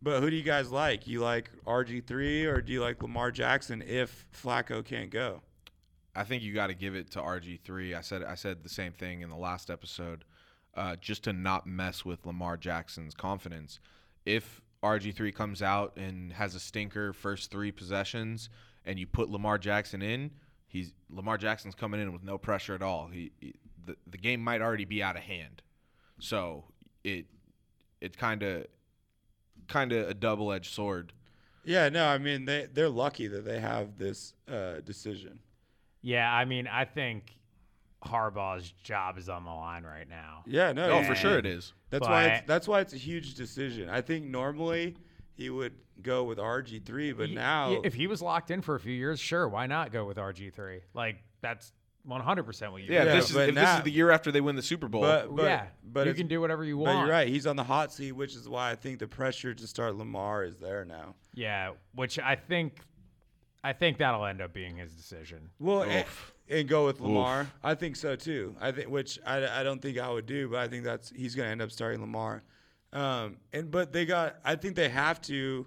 but who do you guys like? You like RG3 or do you like Lamar Jackson if Flacco can't go? I think you got to give it to RG three. I said I said the same thing in the last episode, uh, just to not mess with Lamar Jackson's confidence. If RG three comes out and has a stinker first three possessions, and you put Lamar Jackson in, he's Lamar Jackson's coming in with no pressure at all. He, he the, the game might already be out of hand, so it it kind of kind of a double edged sword. Yeah, no, I mean they they're lucky that they have this uh, decision. yeah, I mean, I think Harbaugh's job is on the line right now. Yeah, no, Oh, you- for sure it is. That's why it's, But- that's why it's a huge decision. I think normally he would go with RG three, but Y- now y- if he was locked in for a few years, sure, why not go with RG3? Like that's 100% what you Yeah, do. if Yeah, this is but if this now- is the year after they win the Super Bowl. but but yeah, but you it's- can do whatever you But want. you're right. He's on the hot seat, which is why I think the pressure to start Lamar is there now. Yeah, which I think I think that'll end up being his decision. Well, and, Oof. and go with Lamar. I think so too. I think which I, I don't think I would do, but I think that's he's going to end up starting Lamar. Um, and but they got. I think they have to.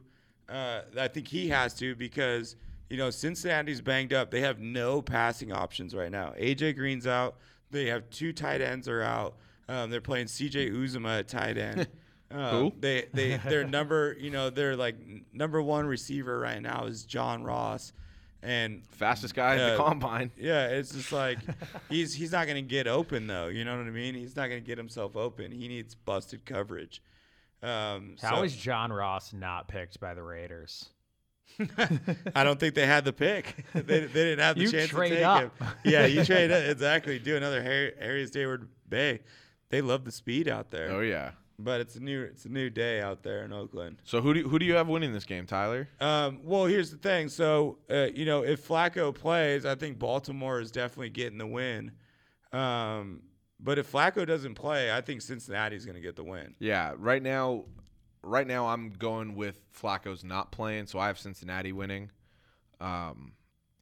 Uh, I think he has to because you know Cincinnati's banged up. They have no passing options right now. AJ Green's out. They have two tight ends are out. Um, they're playing CJ Uzuma at tight end. Um, Who? They they their number you know their like n- number one receiver right now is John Ross, and fastest guy at Yeah. the combine. yeah, it's just like he's he's not gonna get open though. You know what I mean? He's not gonna get himself open. He needs busted coverage. Um, How so- is John Ross not picked by the Raiders? I don't think they had the pick. they, they didn't have the You chance trade to take up. him. Yeah, you trade up exactly. Do another Har- Harry's Dayward Bay. They love the speed out there. Oh yeah. But it's a new it's a new day out there in Oakland. So who do who do you have winning this game, Tyler? Um, well, here's the thing. So, uh, you know, if Flacco plays, I think Baltimore is definitely getting the win. Um, but if Flacco doesn't play, I think Cincinnati's going to get the win. Yeah, right now, right now I'm going with Flacco's not playing, so I have Cincinnati winning. Um,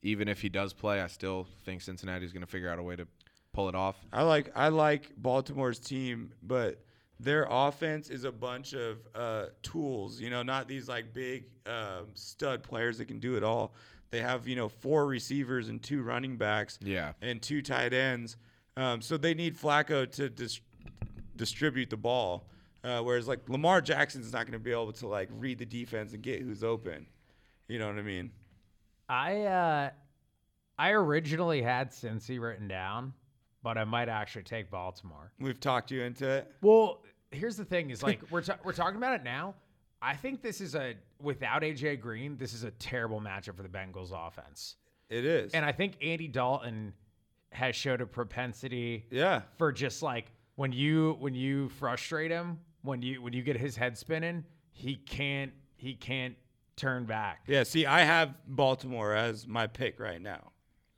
even if he does play, I still think Cincinnati's going to figure out a way to pull it off. I like I like Baltimore's team, but their offense is a bunch of uh, tools. You know, not these like big um, stud players that can do it all. They have you know four receivers and two running backs. Yeah. and two tight ends. Um, so they need Flacco to dis- distribute the ball. Uh, whereas like Lamar Jackson's not going to be able to like read the defense and get who's open. You know what I mean? I uh I originally had Cincy written down, but I might actually take Baltimore. We've talked you into it. Well, here's the thing: is like we're ta- we're talking about it now. I think this is a without AJ Green, this is a terrible matchup for the Bengals offense, It is. and I think Andy Dalton has showed a propensity yeah. for just like when you when you frustrate him, when you when you get his head spinning, he can't he can't turn back. Yeah. See, I have Baltimore as my pick right now.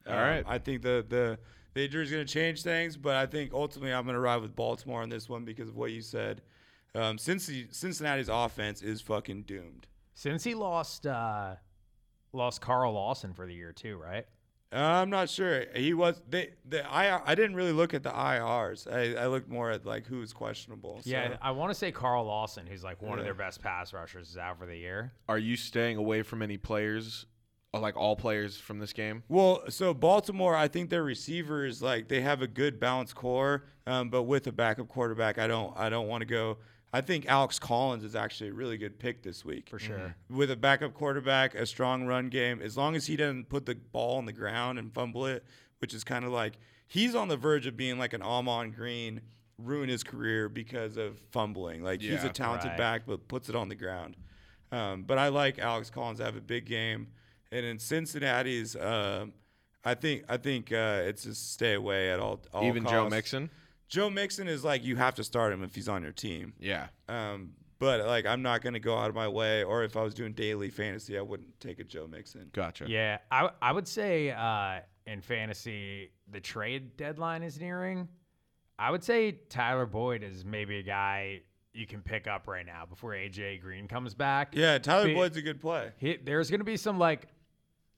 Um, All right. I think the the the injury's going to change things, but I think ultimately I'm going to ride with Baltimore on this one because of what you said. Um, Cincy, Cincinnati's offense is fucking doomed. Since he lost uh lost Carl Lawson for the year too, right? Uh, I'm not sure. He was they the IR, I didn't really look at the IRs. I, I looked more at like who was questionable. So. Yeah, I want to say Carl Lawson, who's like one of Yeah. their best pass rushers, is out for the year. Are you staying away from any players uh, like all players from this game? Well, so Baltimore, I think their receivers like they have a good balanced core, um, but with a backup quarterback, I don't I don't want to go. I think Alex Collins is actually a really good pick this week for sure. with a backup quarterback, a strong run game, as long as he doesn't put the ball on the ground and fumble it, which is kind of like he's on the verge of being like an Amon Green, ruin his career because of fumbling. Like he's Yeah, a talented right. back, but puts it on the ground. Um, but I like Alex Collins to have a big game, and in Cincinnati's, um, I think I think uh, it's just stay away at all. all Even Joe costs. Mixon? Joe Mixon is like you have to start him if he's on your team. Yeah. Um, but like, I'm not gonna go out of my way. Or if I was doing daily fantasy, I wouldn't take a Joe Mixon. Gotcha. Yeah, I I would say uh, in fantasy the trade deadline is nearing. I would say Tyler Boyd is maybe a guy you can pick up right now before AJ Green comes back. Yeah, Tyler Be- Boyd's a good play. he, there's going to be some like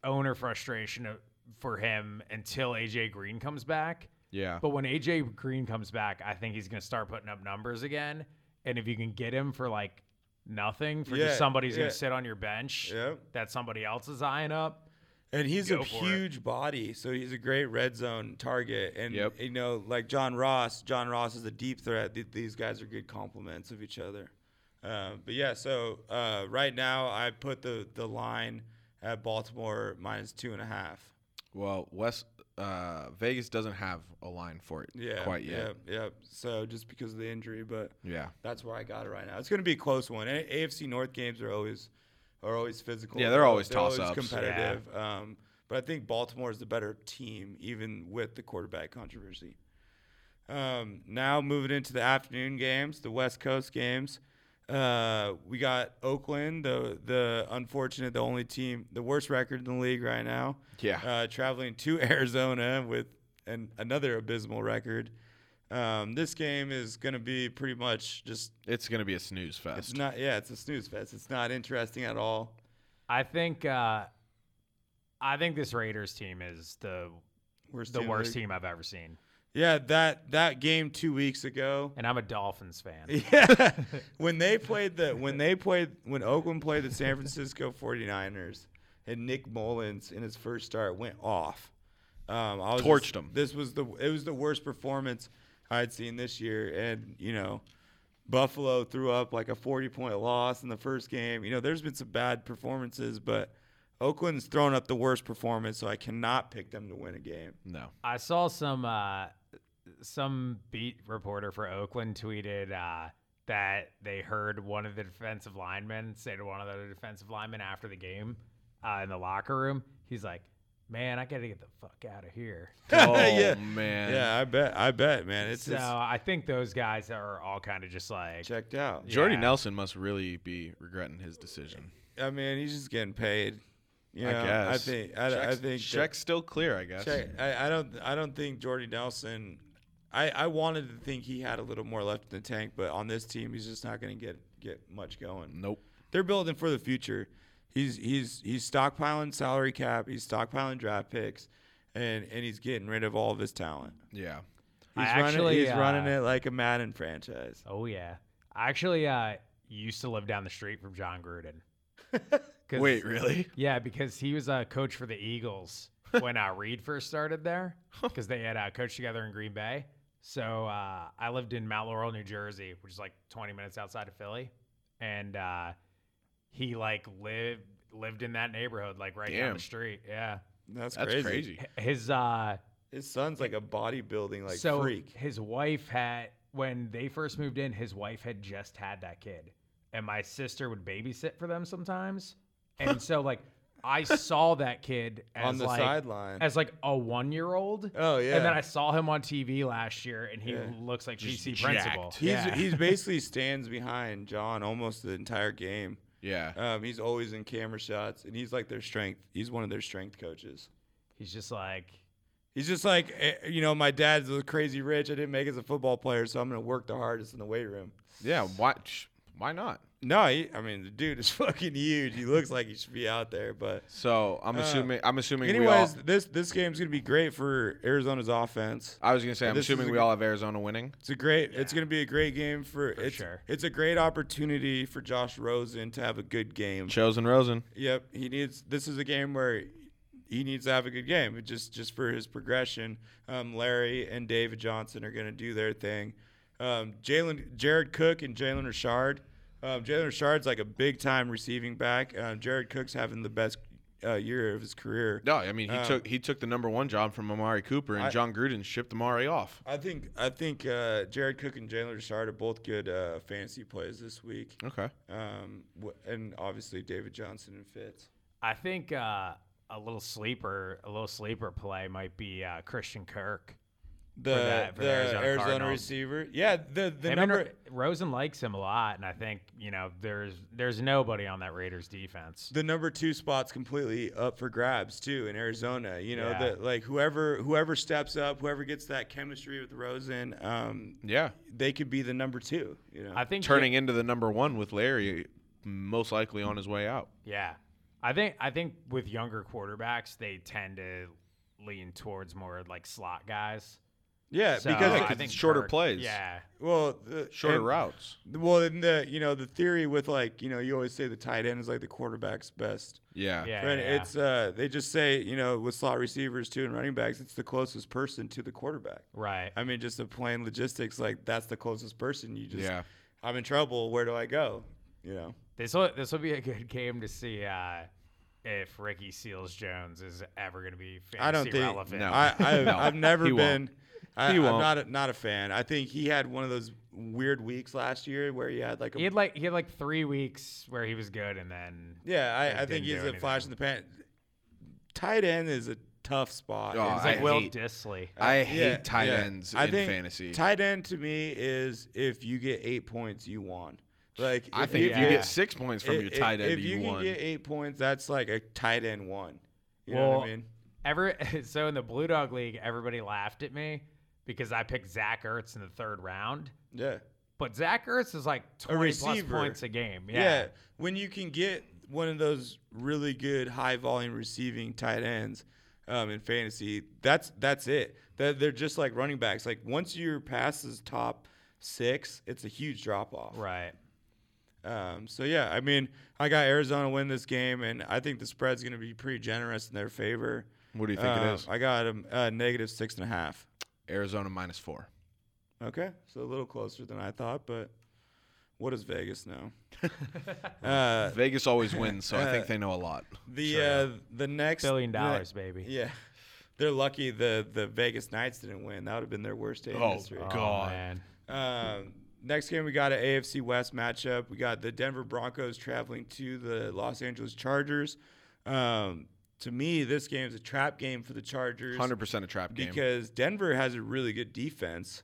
owner frustration uh, for him until AJ Green comes back. Yeah. But when AJ Green comes back, I think he's going to start putting up numbers again. And if you can get him for like nothing, for Yeah, just somebody's yeah. going to sit on your bench Yep. that somebody else is eyeing up. And he's a Go for it. huge body, so he's a great red zone target. And Yep. you know, like John Ross, John Ross is a deep threat. Th- These guys are good complements of each other. Uh, but yeah, so uh, right now I put the the line at Baltimore minus two and a half. Well, West uh, Vegas doesn't have a line for it Yeah, quite yet. Yep, yep. So just because of the injury, but Yeah. That's where I got it right now. It's going to be a close one. A- AFC North games are always are always physical. Yeah, they're always toss-ups. competitive. Um, but I think Baltimore is the better team, even with the quarterback controversy. Um, now moving into the afternoon games, the West Coast games. Uh, we got Oakland, the the unfortunate, the only team, the worst record in the league right now. Yeah. Uh, traveling to Arizona with an, another abysmal record. Um, this game is going to be pretty much just It's gonna be a snooze it's fest. not. Yeah, it's a snooze fest. It's not interesting at all. I think uh, I think this Raiders team is the Worst the team in worst league. team I've ever seen, Yeah, that that game two weeks ago. and I'm a Dolphins fan. Yeah, when they played the when they played when Oakland played the San Francisco 49ers and Nick Mullins in his first start went off. Um, I was Torched 'em. This was the it was the worst performance I'd seen this year, and you know. Buffalo threw up like a 40 point loss in the first game. You know, there's been some bad performances, but Oakland's thrown up the worst performance, so I cannot pick them to win a game. No. I saw some uh, some beat reporter for Oakland tweeted uh, that they heard one of the defensive linemen say to one of the other defensive linemen after the game uh, in the locker room, he's like, "Man, I gotta get the fuck out of here." Oh Yeah. man. Yeah, I bet. I bet, man. It's so just I think those guys are all kind of just like, checked out. Jordy Yeah. Nelson must really be regretting his decision. I mean, he's just getting paid. You know, I guess. think. I, I Check's- think. that- check's still clear. I guess. check- I, I don't. I don't think Jordy Nelson. I, I wanted to think he had a little more left in the tank, but on this team, he's just not going to get get much going. Nope. They're building for the future. He's he's he's stockpiling salary cap. He's stockpiling draft picks, and and he's getting rid of all of his talent. Yeah. He's I running. actually, He's running uh, it like a Madden franchise. "Oh yeah, I actually uh, used to live down the street from John Gruden." 'Cause- Wait, really? Yeah, because he was a coach for the Eagles when uh, Reed first started there, because they had uh, coached together in Green Bay. So uh, I lived in Mount Laurel, New Jersey, which is like 20 minutes outside of Philly, and uh, he like lived lived in that neighborhood, like right down Damn. the street. Yeah, That's, That's crazy. crazy. H- his uh, His son's like a bodybuilding like so freak. his wife had when they first moved in, his wife had just had that kid, and my sister would babysit for them sometimes, and so like. I saw that kid as On the like, sideline. as like a one year old. Oh, yeah. And then I saw him on TV last year, and he looks like GC principal. jacked. He's yeah. he's basically stands behind John almost the entire game. Yeah. Um, he's always in camera shots, and he's like their strength. He's one of their strength coaches. he's just like He's just like, eh, you know, my dad's a crazy rich. I didn't make it as a football player, so I'm gonna work the hardest in the weight room. yeah. Why? sh- Why not? No, he, I mean the dude is fucking huge. He looks like he should be out there, but So I'm assuming I'm assuming we all. Uh, anyways, this this game's gonna be great for Arizona's offense. I was gonna say I'm this is assuming a we good- all have Arizona winning. It's a great. It's going to be a great game for. it's, sure. It's a great opportunity for Josh Rosen to have a good game. Chosen Rosen. Yep, he needs. This is a game where he needs to have a good game. It just just for his progression. Um, Larry and David Johnson are going to do their thing. Um, Jalen, Jared Cook, and Jalen Richard. Um, Jalen Richard's like a big time receiving back. Um, Jared Cook's having the best uh, year of his career. No, I mean he Um, took he took the number one job from Amari Cooper, and I- John Gruden shipped Amari off. I think I think uh, Jared Cook and Jalen Richard are both good uh, fantasy plays this week. Okay. Um, wh- and obviously David Johnson and Fitz. I think uh, a little sleeper, a little sleeper play might be uh, Christian Kirk. The that- for the the Arizona Arizona, Cardinals. receiver. Yeah, the the Him and number Ro- Rosen likes him a lot, and I think you know there's there's nobody on that Raiders defense. the number 2 spot's completely up for grabs too in Arizona. You know, Yeah. the like whoever whoever steps up, whoever gets that chemistry with Rosen, um Yeah. they could be the number 2, you know. I think Turning into the number one with Larry, most likely on his way out. Yeah, I think I think with younger quarterbacks, they tend to lean towards more like slot guys. yeah, So, because Yeah, I it- think it's shorter Kirk- plays. Yeah, well, the, Shorter and- routes. Well, in the you know, the theory with like, you know, you always say the tight end is like the quarterback's best Yeah. yeah, Right, yeah. it's uh, they just say you know with slot receivers too and running backs, it's the closest person to the quarterback. right. I mean, just the plain logistics, like that's the closest person. You just, Yeah. I'm in trouble. Where do I go? You know, This will this will be a good game to see uh, if Ricky Seals Jones is ever going to be fantasy I don't think. relevant. No. I, I No. I've never He won't. been. I, He I'm won't. not a, not a fan. I think he had one of those weird weeks last year where he had like a He had like he had like three weeks where he was good, and then yeah. I, I didn't think do he's a anything. flash in the pan. Tight end is a tough spot. Oh, It's like I Will hate- Disley. I hate Yeah, tight yeah. ends I in think fantasy. Tight end to me is if you get eight points, you won. Like I think if you Yeah. get six points from if- your tight end, if you, you can won. get eight points, that's like a tight end one. You know what Well, I mean? Ever so in the Blue Dog League, everybody laughed at me because I picked Zach Ertz in the third round. Yeah. But Zach Ertz is like twenty plus receiver. points a game. yeah, Yeah. When you can get one of those really good high volume receiving tight ends um, in fantasy, that's that's it. They're, they're just like running backs. Like once your pass is top six, it's a huge drop off. Right. Um, so yeah, I mean, I got Arizona win this game, and I think the spread's going to be pretty generous in their favor. What do you think Uh, it is? I got them uh, negative six and a half. Arizona minus four. Okay, so a little closer than I thought, but what does Vegas know? uh, Vegas always wins, so I think Uh, they know a lot. the uh, the next Billion the- dollars, baby. Yeah, they're lucky the the Vegas Knights didn't win. That would have been their worst day in Oh, history. Oh, God. man. Um, next game, we got an AFC West matchup. We got the Denver Broncos traveling to the Los Angeles Chargers. Um, to me, this game is a trap game for the Chargers Hundred percent a trap game. because Denver has a really good defense.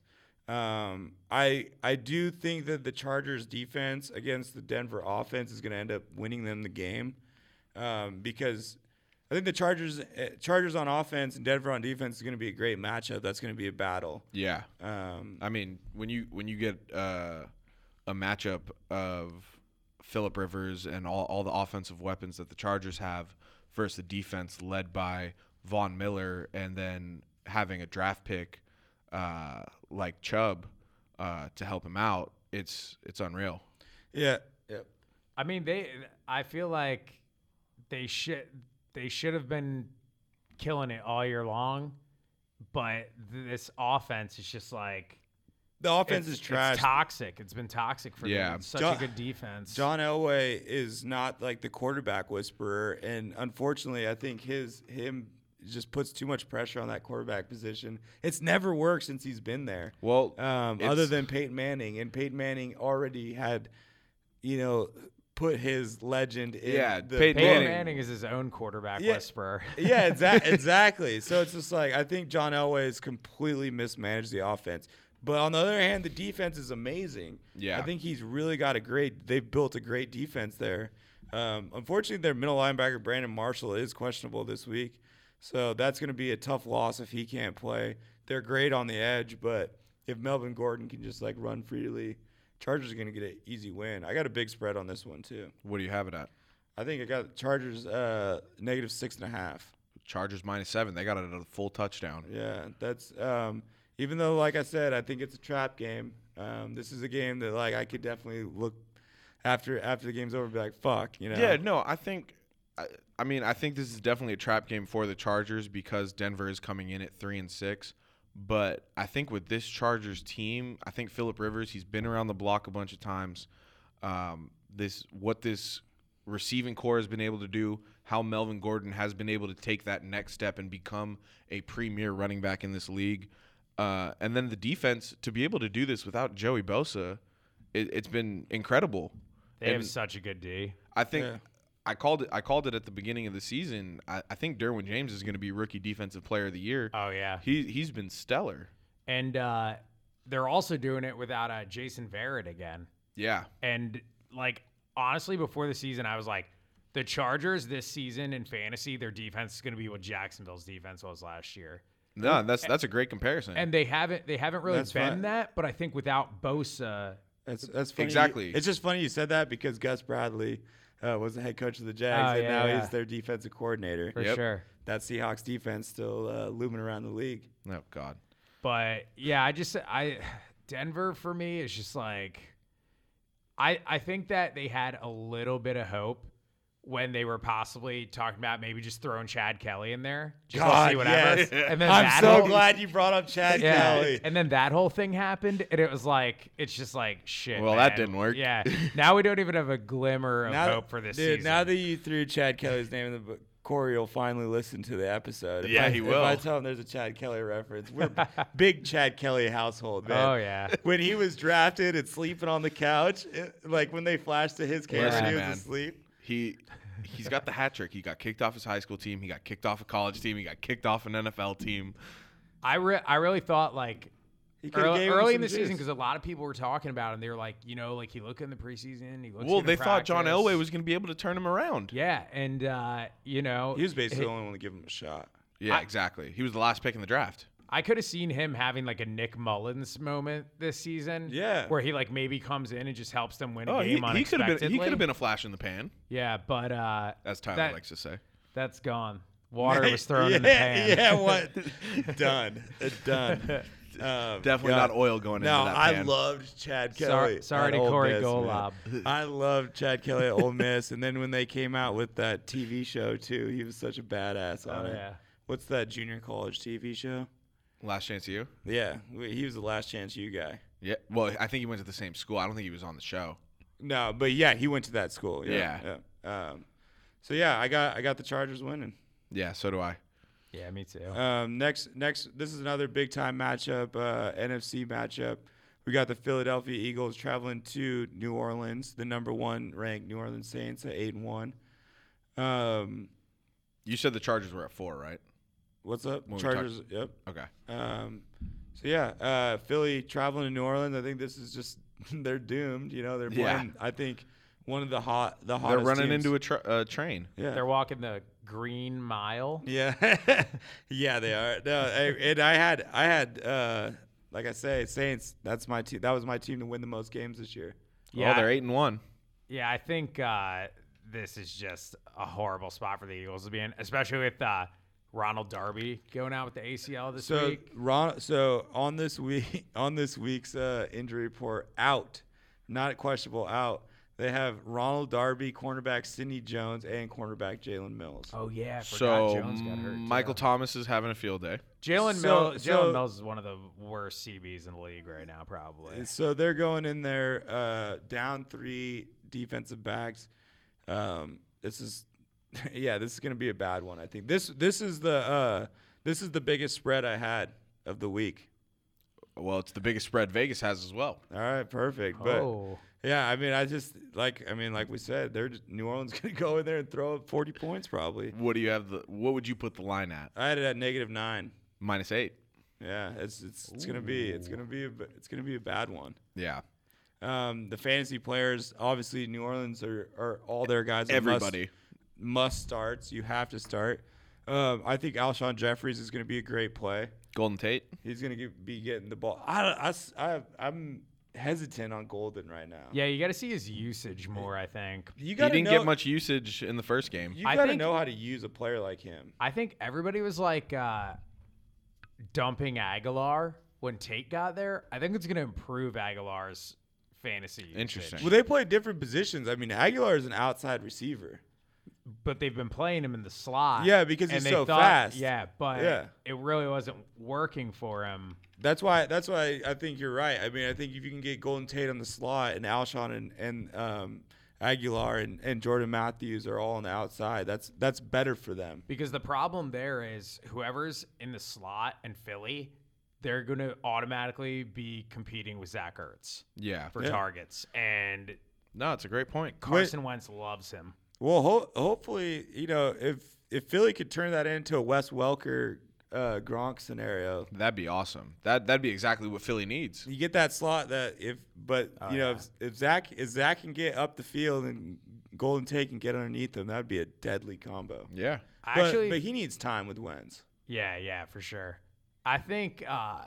Um, I I do think that the Chargers defense against the Denver offense is going to end up winning them the game um, because I think the Chargers eh, Chargers on offense and Denver on defense is going to be a great matchup. That's going to be a battle. yeah, Um, I mean when you when you get uh, a matchup of Philip Rivers and all, all the offensive weapons that the Chargers have versus the defense led by Von Miller, and then having a draft pick uh, like Chubb uh, to help him out, it's it's unreal. yeah. Yep. I mean, they. I feel like they should they should have been killing it all year long, but th- this offense is just like The offense is it's- trash. It's toxic. It's been toxic for Yeah. them. It's such John- a good defense. John Elway is not like the quarterback whisperer, and unfortunately, I think his him just puts too much pressure on that quarterback position. It's never worked since he's been there. Well, um, it's- other than Peyton Manning, and Peyton Manning already had, you know, put his legend in. Yeah, the Peyton Peyton Manning. Manning. is his own quarterback Yeah. whisperer. yeah, exa- exactly. So it's just like I think John Elway has completely mismanaged the offense. But on the other hand, the defense is amazing. Yeah. I think he's really got a great. They've built a great defense there. Um, unfortunately, their middle linebacker Brandon Marshall is questionable this week, so that's going to be a tough loss if he can't play. They're great on the edge, but if Melvin Gordon can just like run freely, Chargers are going to get an easy win. I got a big spread on this one too. What do you have it at? I think I got Chargers uh, negative six and a half. Chargers minus seven. They got it at a full touchdown. Yeah, that's um, even though, like I said, I think it's a trap game. Um, this is a game that like I could definitely look after after the game's over, and be like, fuck, you know. Yeah, no, I think. I, I mean, I think this is definitely a trap game for the Chargers because Denver is coming in at three and six. But I think with this Chargers team, I think Philip Rivers, he's been around the block a bunch of times. Um, this what this receiving core has been able to do, how Melvin Gordon has been able to take that next step and become a premier running back in this league. Uh, and then the defense to be able to do this without Joey Bosa, it, it's been incredible. They have And- such a good D. I think Yeah. I called it. I called it at the beginning of the season. I, I think Derwin James is going to be rookie defensive player of the year. Oh yeah, he he's been stellar. and uh, they're also doing it without uh, Jason Verrett again. Yeah, And like honestly, before the season, I was like, the Chargers this season in fantasy, their defense is going to be what Jacksonville's defense was last year. no, that's that's a great comparison. And they haven't they haven't really That's been fine. that. But I think without Bosa, That's that's funny. Exactly. It's just funny you said that because Gus Bradley uh, was the head coach of the Jags, Oh, and yeah, now yeah. he's their defensive coordinator. for Yep. sure. That Seahawks defense still uh, looming around the league. oh God, But yeah, I just I Denver for me is just like I I think that they had a little bit of hope when they were possibly talking about maybe just throwing Chad Kelly in there. Just to see what happens. And then I'm that so whole- glad you brought up Chad Yeah. Kelly. And then that whole thing happened and it was like it's just like shit. Well, that man. didn't work. Yeah. Now we don't even have a glimmer of Now- hope for this dude, season. Now that you threw Chad Kelly's name in the book, Corey will finally listen to the episode. If Yeah, I- he If I will. tell him there's a Chad Kelly reference, we're b- big Chad Kelly household, man. oh yeah. When he was drafted and sleeping on the couch, it- like when they flashed to his camera Listen, and he was man. asleep. he he's got the hat trick. He got kicked off his high school team. He got kicked off a college team. He got kicked off an NFL team. I re- I really thought like He coulda early, gave him early in some the season juice. because a lot of people were talking about him. They were like, you know, like he looked in the preseason. He looked. well, they thought John Elway was going to be able to turn him around. Yeah, Yeah, and uh, you know, he was basically the only one to give him a shot. yeah exactly. He was the last pick in the draft. I could have seen him having like a Nick Mullins moment this season. Yeah. where he like maybe comes in and just helps them win a Oh, he, game. he could have been he could unexpectedly. have been a flash in the pan, Yeah, but uh, as Tyler That- likes to say. that's gone. Water was thrown yeah, in the pan. Yeah, what? done. Uh, done. Um, Definitely yeah. not oil going No, into that I pan. loved Chad Sor- Kelly. at sorry to Ole Corey Miss, man. Golob. I loved Chad Kelly at Ole Miss, and then when they came out with that TV show too, he was such a badass on Oh, it. yeah. What's that junior college TV show? last chance you. Yeah, we- he was the Last Chance U guy. Yeah. Well, I think he went to the same school. I don't think he was on the show. No, but yeah, he went to that school. Yeah. Yeah. yeah. Um, so yeah, I got I got the Chargers winning. Yeah, so do I. Yeah, me too. Um, next, next, this is another big time matchup, uh, NFC matchup. We got the Philadelphia Eagles traveling to New Orleans, the number one ranked New Orleans Saints at eight and one. Um, You said the Chargers were at four, right? what's up, When we talk- Chargers? Yep. Okay. Um, so yeah, uh, Philly traveling to New Orleans. I think this is just they're doomed. You know, they're Yeah. playing. I think one of the hot, the hottest. They're running teams. into a tra- uh, train. Yeah. They're walking the green mile. Yeah, yeah, they are. No, I- and I had, I had, uh, like I say, Saints. That's my team. That was my team to win the most games this year. Yeah. Yeah, Well, Oh, they're eight and one. Yeah, I think uh, this is just a horrible spot for the Eagles to be in, especially with uh, Ronald Darby going out with the ACL this So week. Ron, so on this week, on this week's uh, injury report, out, not questionable, out. They have Ronald Darby, cornerback Sidney Jones, and cornerback Jalen Mills. Oh yeah, I forgot So mm, Jones got hurt. Michael Thomas is having a field day. Jalen So- Mills. so- Jalen Mills is one of the worst CBs in the league right now, probably. So they're going in there uh, down three defensive backs. Um, this is, yeah, this is going to be a bad one. I think this this is the uh, this is the biggest spread I had of the week. Well, it's the biggest spread Vegas has as well. All right, perfect. But oh, yeah, I mean, I just like I mean, like we said, they're just, New Orleans going to go in there and throw up forty points probably. What do you have? The what would you put the line at? I had it at negative nine. Minus eight. Yeah, it's it's, it's gonna be it's gonna be a, b- it's gonna be a bad one. Yeah. Um, the fantasy players, obviously, New Orleans are, are all their guys. are must- Everybody. must starts. You have to start. Um, I think Alshon Jeffries is going to be a great play. Golden Tate. He's going to be getting the ball. I, I, I, am hesitant on Golden right now. Yeah, you got to see his usage more. I think. You He gotta didn't know, get much usage in the first game. You I gotta think- know how to use a player like him. I think everybody was like uh, dumping Aguilar when Tate got there. I think it's going to improve Aguilar's fantasy. usage. Interesting. Well, they play different positions. I mean, Aguilar is an outside receiver. but they've been playing him in the slot. Yeah, because and he's they so fast. Yeah, but Yeah. it really wasn't working for him. That's why. That's why I think you're right. I mean, I think if you can get Golden Tate on the slot and Alshon and and um, Aguilar and, and Jordan Matthews are all on the outside. That's that's better for them. Because the problem there is whoever's in the slot in Philly, they're going to automatically be competing with Zach Ertz yeah. for targets, and No, it's a great point. Carson Wentz loves him. Well, ho- hopefully, you know, if if Philly could turn that into a Wes Welker uh, Gronk scenario, That'd be awesome. That that'd be exactly what Philly needs. you get that slot that if, but you know, if, if Zach if Zach can get up the field and Golden Tate can get underneath him, that'd be a deadly combo. Yeah. I But, actually but he needs time with Wentz. Yeah, yeah, for sure. I think uh,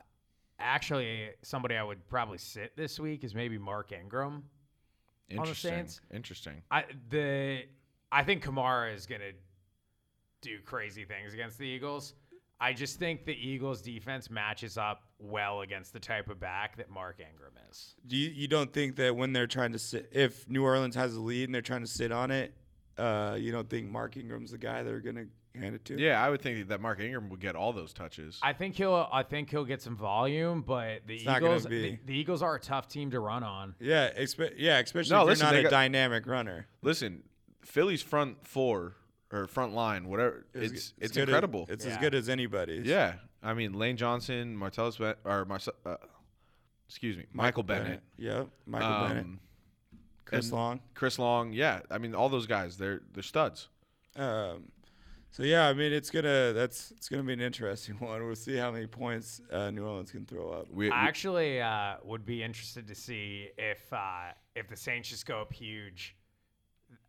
actually somebody I would probably sit this week is maybe Mark Ingram. the Interesting. Saints. Interesting. I the I think Kamara is gonna do crazy things against the Eagles. I just think the Eagles defense matches up well against the type of back that Mark Ingram is. Do you, you don't think that when they're trying to sit, if New Orleans has a lead and they're trying to sit on it, uh, you don't think Mark Ingram's the guy they're gonna hand it to? Yeah, I would think that Mark Ingram would get all those touches. I think he'll I think he'll get some volume, but the not gonna Eagles be. the, the Eagles are a tough team to run on. yeah, expe- yeah, especially No, if listen, you're they not a got- dynamic runner. Listen, Philly's front four or front line, whatever, it's as g- it's, as good as- incredible. it's as Yeah. good as anybody's. yeah. I mean, Lane Johnson, Martellus Ben- or Marce- uh, excuse me, Michael, Bennett, Yep. Michael um, Bennett. Chris and- Long. Chris Long. Yeah, I mean, all those guys, they're they're studs. Um, so yeah, I mean it's gonna that's it's gonna be an interesting one. We'll see how many points uh, New Orleans can throw up. We, we- I actually uh, would be interested to see if uh, if the Saints just go up huge,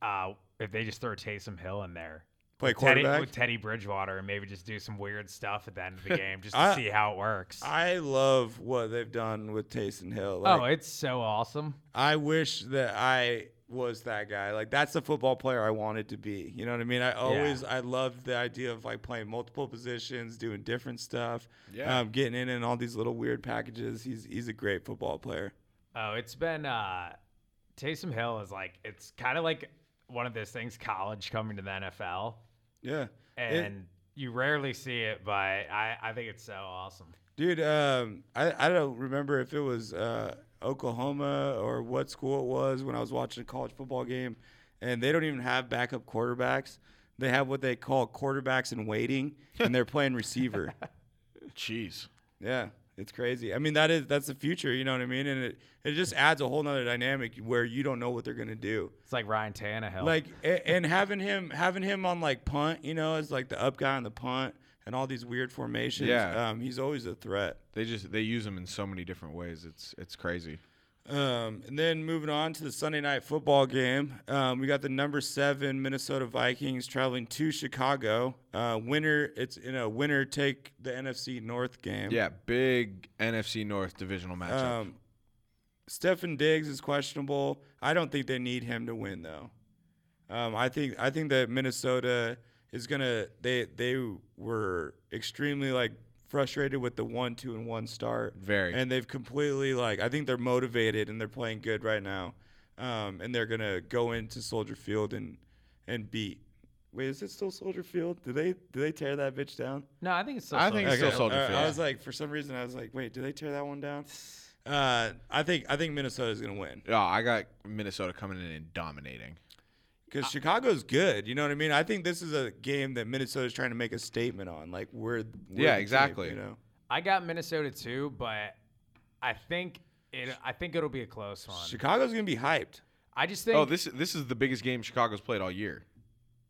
uh, if they just throw Taysom Hill in there. Play Teddy, quarterback. with Teddy Bridgewater and maybe just do some weird stuff at the end of the game just to I- see how it works. I love what they've done with Taysom Hill. Like, oh, it's so awesome. I wish that I was that guy. Like that's the football player I wanted to be. You know what I mean? I always I loved the idea of like playing multiple positions, doing different stuff. Yeah. Um, getting in and all these little weird packages. He's he's a great football player. Oh, it's been uh Taysom Hill is like it's kind of like one of those things college coming to the NFL Yeah. It- and you rarely see it, but I, I think it's so awesome. Dude, um, I, I don't remember if it was uh, Oklahoma or what school it was when I was watching a college football game, and they don't even have backup quarterbacks. They have what they call quarterbacks in waiting, and they're playing receiver. jeez, Yeah, it's crazy. I mean, that is that's the future. You know what I mean? And it it just adds a whole nother dynamic where you don't know what they're gonna do. It's like Ryan Tannehill. Like a- and having him having him on like punt, you know, as like the up guy on the punt and all these weird formations. Yeah. um, he's always a threat. they just they use them in so many different ways. It's it's crazy. Um, and then moving on to the Sunday night football game, um, we got the number seven Minnesota Vikings traveling to Chicago. Uh, winner, it's in a winner take the NFC North game. Yeah, big NFC North divisional matchup. Um, Stephen Diggs is questionable. I don't think they need him to win though. Um, I think I think that Minnesota is gonna. They they were extremely like frustrated with the one two and one start. Very. And they've completely like I think they're motivated and they're playing good right now. Um, and they're gonna go into Soldier Field and and beat. Wait, is it still Soldier Field? Do they do they tear that bitch down? no, I think it's still I think Soldier it's still Field. Soldier All right, Field. uh, I was like, for some reason, I was like, wait, did they tear that one down? Uh, I think I think Minnesota's gonna win oh, I got Minnesota coming in and dominating. because Chicago's good. You know what I mean? I think this is a game that Minnesota's trying to make a statement on. Like we're, we're Yeah, the team, exactly. you know, I got Minnesota too, but I think it I think it'll be a close one. Chicago's gonna be hyped. I just think Oh, this this is the biggest game Chicago's played all year.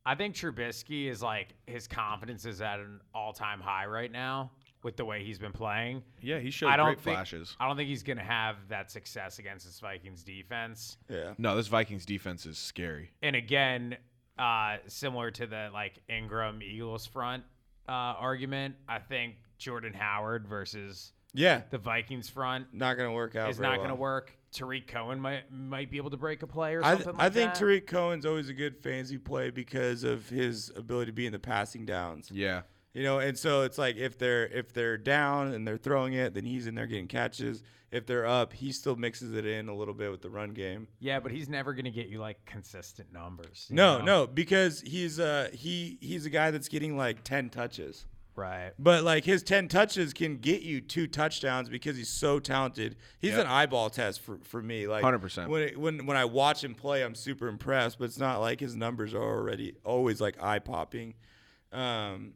I think Trubisky is like his confidence is at an all-time high right now with the way he's been playing. Yeah, he showed I don't great think, flashes. I don't think he's gonna have that success against this Vikings defense. Yeah. No, this Vikings defense is scary. And again, uh, similar to the like Ingram Eagles front uh, argument, I think Jordan Howard versus Yeah, The Vikings front not gonna work out. is very not well. going to work. Tariq Cohen might might be able to break a play or I, something. I like think that. Tariq Cohen's always a good fantasy play because of his ability to be in the passing downs. Yeah. You know, and so it's like if they're if they're down and they're throwing it, then he's in there getting catches. If they're up, he still mixes it in a little bit with the run game. Yeah, but he's never going to get you like consistent numbers. you No, know? no, because he's uh he he's a guy that's getting like ten touches. Right. But like his ten touches can get you two touchdowns because he's so talented. He's Yep. an eyeball test for, for me. Like 100%. When it, when when I watch him play, I'm super impressed. But it's not like his numbers are already always like eye popping. Um,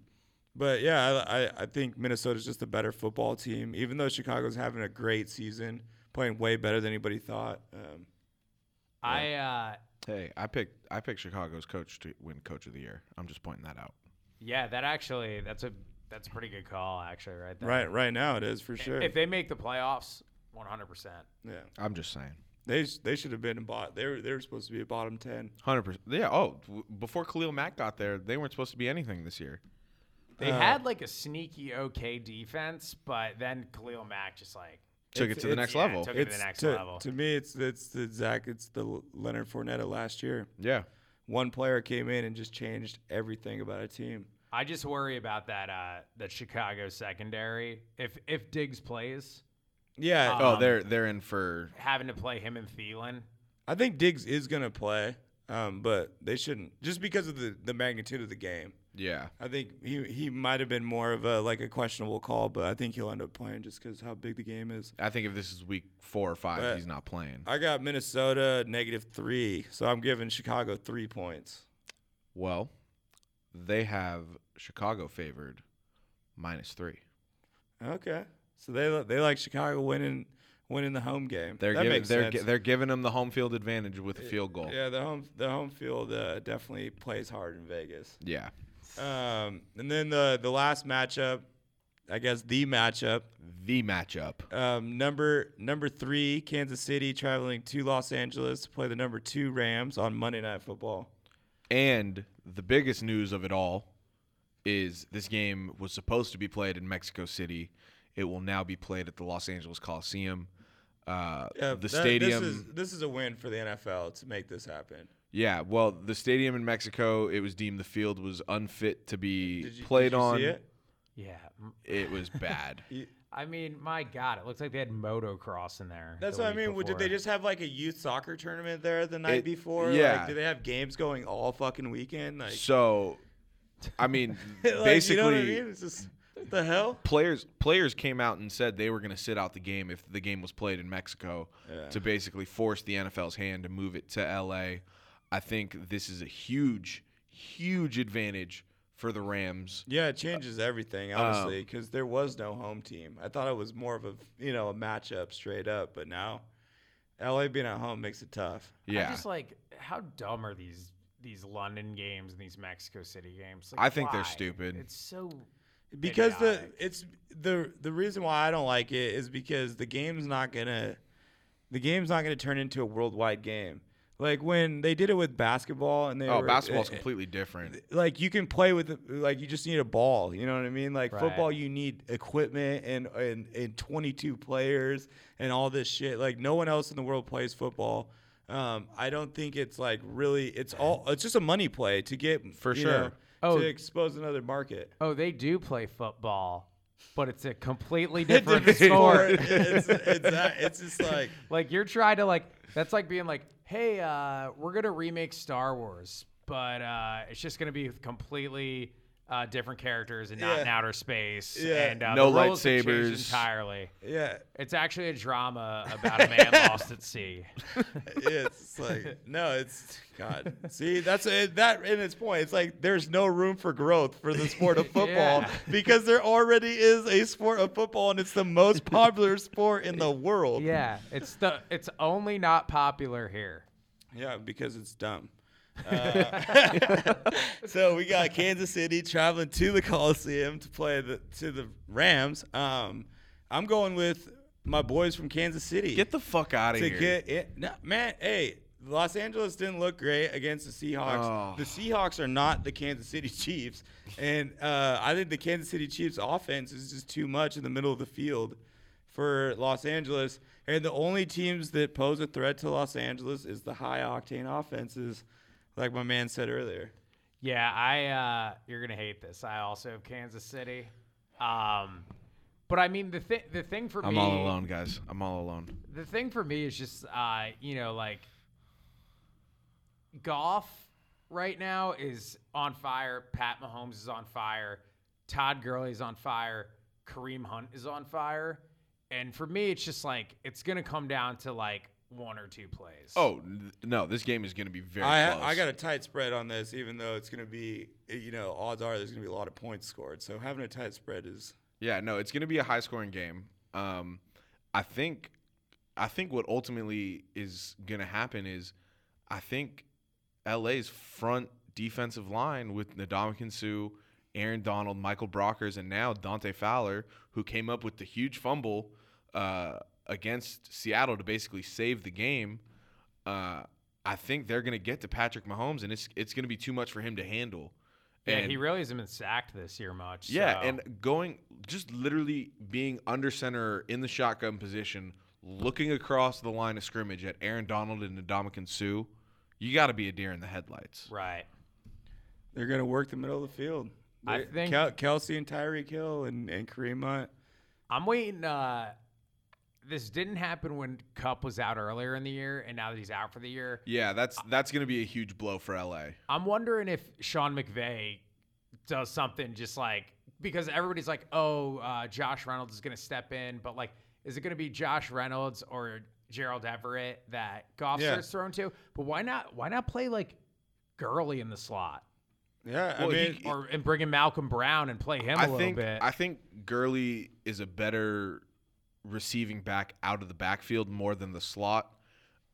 but yeah, I, I I think Minnesota's just a better football team, even though Chicago's having a great season, playing way better than anybody thought. Um, I uh Hey, I picked I picked Chicago's coach to win coach of the year. I'm just pointing that out. yeah, that actually that's a that's a pretty good call actually right there. right right now it is for sure. If they make the playoffs, 100%. yeah, I'm just saying. they sh- they should have been in bot. They were they were supposed to be a bottom ten. Hundred percent. Yeah. Oh, w- before Khalil Mack got there, they weren't supposed to be anything this year. They Uh. had like a sneaky okay defense, but then Khalil Mack just like Took It's- it to the it's- next yeah, level. took- to the next level. To me, it's it's the Zach, it's the L- Leonard Fournette of last year. yeah. One player came in and just changed everything about a team. I just worry about that uh that Chicago secondary. If if Diggs plays, Yeah, Oh, Um, they're they're in for having to play him and Thielen. I think Diggs is gonna play, um, but they shouldn't just because of the, the magnitude of the game. yeah. I think he he might have been more of a like a questionable call, but I think he'll end up playing just because how big the game is. I think if this is week four or five, But- he's not playing. I got Minnesota negative three, so I'm giving Chicago three points. Well, they have Chicago favored minus three. Okay, so they li- they like Chicago winning winning the home game. They're that giving makes they're sense. gi- they're giving them the home field advantage with a field goal. Yeah. Yeah, the home the home field uh, definitely plays hard in Vegas. Um, and then the the last matchup, I guess the matchup, The matchup. um, number number three, Kansas City traveling to Los Angeles to play the number two Rams on Monday Night Football. And the biggest news of it all is this game was supposed to be played in Mexico City. It will now be played at the Los Angeles Coliseum. Uh, Yeah, the that- stadium. This is, this is a win for the NFL to make this happen. Yeah, well, the stadium in Mexico, it was deemed the field was unfit to be Did you, played did you on. See it? Yeah. M- It was bad. I mean, my god, it looks like they had motocross in there. That's the what I week mean. Well, Did before. they just have like a youth soccer tournament there the night It- before? yeah. Like, do they have games going all fucking weekend? Like, so, I mean, like, basically, you know what I mean? It's just what the hell. players players came out and said they were going to sit out the game if the game was played in Mexico Yeah. to basically force the NFL's hand to move it to LA. I think this is a huge huge advantage for the Rams. Yeah, it changes everything Um, honestly because there was no home team. I thought it was more of a you know a matchup straight up, but now LA being at home makes it tough. I'm Yeah. just like, how dumb are these these London games and these Mexico City games? Like, I think they're why? stupid. It's so Because the Idiotic. it's the the reason why I don't like it is because the game's not gonna the game's not gonna turn into a worldwide game. Like when they did it with basketball and they Oh, were, basketball's eh, completely different. like you can play with like you just need a ball you know what i mean like Right. football you need equipment and, and and 22 players and all this shit like no one else in the world plays football um, i don't think it's like really it's all it's just a money play to get For you sure. know, Oh. to expose another market Oh, they do play football, but it's a completely different Or sport. it's, it's, that- it's just like like you're trying to like that's like being like, hey, uh, we're gonna remake Star Wars, but uh, it's just gonna be with completely uh, different characters and not in Yeah. outer space Yeah. and uh, No the rules have changed lightsabers. entirely. yeah It's actually a drama about a man lost at sea. it's like no, it's God. See, that's it, that in its point. It's like there's no room for growth for the sport of football Yeah. because there already is a sport of football, and it's the most popular sport in the world. Yeah, it's the it's only not popular here. yeah, because it's dumb. Uh, so we got Kansas City traveling to the Coliseum to play the to the Rams. Um, I'm going with my boys from Kansas City. Get the fuck out of to here. get it. No, man, hey, Los Angeles didn't look great against the Seahawks. Oh. The Seahawks are not the Kansas City Chiefs, and uh, I think the Kansas City Chiefs offense is just too much in the middle of the field. for Los Angeles. And the only teams that pose a threat to Los Angeles is the high octane offenses, like my man said earlier. Yeah, I uh, you're gonna hate this. I also have Kansas City, um, but I mean the thing the thing for I'm me all alone, guys. I'm all alone. the thing for me is just uh, you know like golf right now is on fire. Pat Mahomes is on fire. Todd Gurley's on fire. Kareem Hunt is on fire. And for me, it's just like it's gonna come down to like one or two plays. Oh n- no, this game is going to be very close. I, I got a tight spread on this, even though it's going to be, you know, odds are there's going to be a lot of points scored. So having a tight spread is Yeah, no, it's going to be a high scoring game. Um, I think, I think what ultimately is going to happen is, I think, LA's front defensive line with Ndamukong Suh, Aaron Donald, Michael Brockers, and now Dante Fowler, who came up with the huge fumble uh, against Seattle to basically save the game. Uh, I think they're going to get to Patrick Mahomes, and it's it's going to be too much for him to handle. yeah, And- he really hasn't been sacked this year much. yeah, so- and going just literally being under center in the shotgun position, looking across the line of scrimmage at Aaron Donald and Ndamukong Sue, you got to be a deer in the headlights. right. They're going to work the middle of the field. I They're- think- Kel- Kelsey and Tyreek Hill and, and Kareem Hunt. I'm waiting. Uh, this didn't happen when Cup was out earlier in the year, and now that he's out for the year, Yeah, that's that's going to be a huge blow for LA. I'm wondering if Sean McVay does something just like because everybody's like, oh, uh, Josh Reynolds is going to step in, but like, is it going to be Josh Reynolds or Gerald Everett that Goff Yeah. starts thrown to? But why not? Why not play like Gurley in the slot Yeah, Well, I he- mean, he- or and bring in Malcolm Brown and play him I a little think bit? I think Gurley is a better receiving back out of the backfield more than the slot.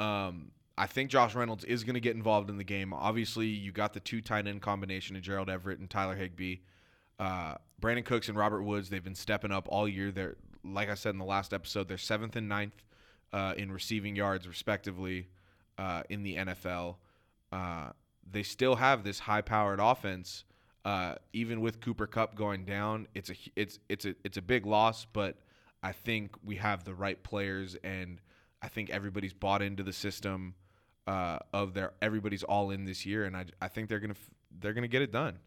Um, I think Josh Reynolds is going to get involved in the game. Obviously, you got the two tight end combination of Gerald Everett and Tyler Higbee. Uh, Brandon Cooks and Robert Woods, they've been stepping up all year. They're, like I said in the last episode, they're seventh and ninth uh, in receiving yards, respectively, uh, in the NFL. Uh, they still have this high-powered offense, uh, even with Cooper Cup going down. It's a hu- it's it's a it's a big loss, but I think we have the right players, and I think everybody's bought into the system uh, of their everybody's all in this year, and I, I think they're gonna f- they're gonna get it done.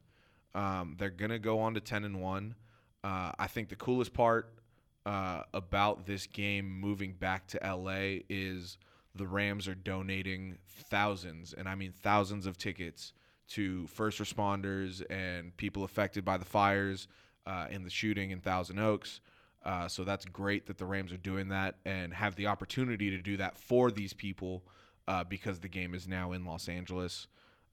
Um, they're gonna go on to ten and one. Uh, I think the coolest part uh, about this game moving back to LA is the Rams are donating thousands, and I mean thousands of tickets to first responders and people affected by the fires uh, and the shooting in Thousand Oaks. Uh, so that's great that the Rams are doing that and have the opportunity to do that for these people uh, because the game is now in Los Angeles.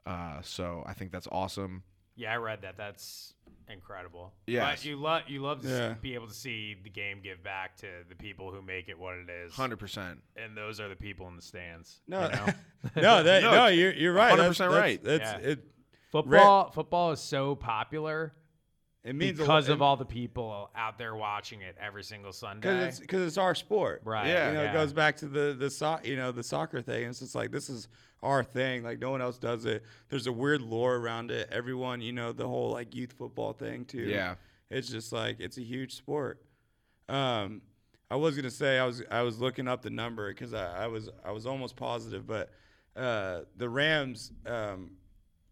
Uh, so I think that's awesome. yeah, I read that. That's incredible. Yes. but you love you love to s- Yeah. be able to see the game give back to the people who make it what it is, Hundred percent. and those are the people in the stands. no, no, that, No, no, you're, you're right. 100% That's- that's- right. That's, Yeah. it, Football football is so popular it means a because lot, of all the people out there watching it every single Sunday. Because it's, 'cause it's our sport. right. Yeah. You know, it goes back to the the so, you know the soccer thing. It's just like this is our thing. Like no one else does it. There's a weird lore around it. Everyone, you know, the whole like youth football thing too. Yeah. it's just like it's a huge sport. Um, I was gonna say I was I was looking up the number because I, I was I was almost positive, but uh, the Rams um,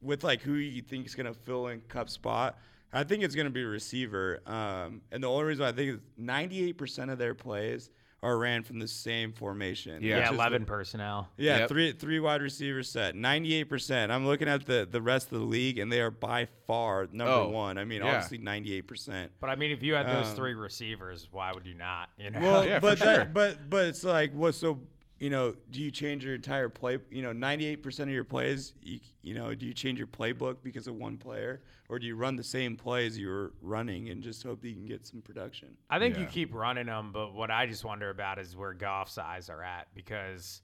with like who you think is gonna fill in Cup spot. I think it's gonna be a receiver, um, and the only reason I think is 98% of their plays are ran from the same formation. Yeah. yeah, which is- eleven personnel. Yeah, Yep. three three wide receiver set, 98%. I'm looking at the the rest of the league, and they are by far number Oh, one. I mean, yeah. obviously 98%. But I mean, if you had those Um, three receivers, why would you not? You know, Well, Yeah, for but sure. that, but but it's like what so you know do you change your entire play you know 98% of your plays you, you know do you change your playbook because of one player or do you run the same plays you were running and just hope that you can get some production I think you Yeah. keep running them. But what I just wonder about is where Goff's eyes are at because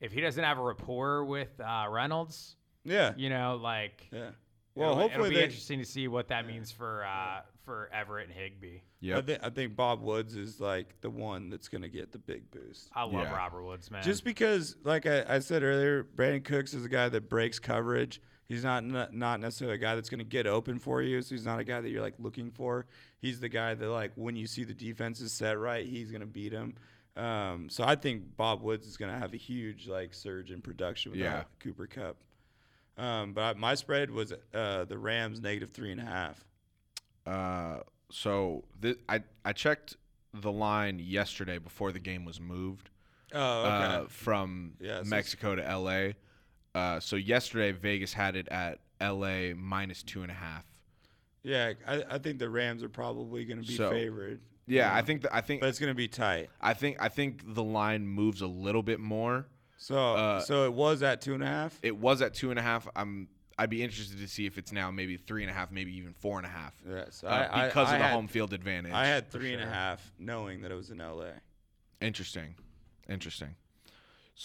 if he doesn't have a rapport with uh, Reynolds, yeah you know, like yeah Well, it'll, hopefully it'll be they- interesting to see what that means for uh, for Everett and Higby. I, Yep. thi- I think Bob Woods is like the one that's going to get the big boost. I love Yeah. Robert Woods, man. Just because, like I, I said earlier, Brandon Cooks is a guy that breaks coverage. He's not n- not necessarily a guy that's going to get open for you. So he's not a guy that you're like looking for. He's the guy that like when you see the defense is set right, he's going to beat him. Um, so I think Bob Woods is going to have a huge like surge in production with Yeah. yeah. Cooper Cup. Um, but I, my spread was uh, the Rams negative three and a half. Uh, so th- I I checked the line yesterday before the game was moved Oh, uh, from Yeah, so it's- Mexico to L.A. Uh, so yesterday Vegas had it at L.A. minus two and a half. yeah, I, I think the Rams are probably going to be So- favored. Yeah, I think the, I think but it's going to be tight. I think I think the line moves a little bit more. So, so it was at two and a half. Uh, It was at two and a half. I'm I'd be interested to see if it's now maybe three and a half, maybe even four and a half. Yes, uh, I- I- because I of the had- home field advantage. I had three and a half, knowing that it was in LA. Interesting, interesting.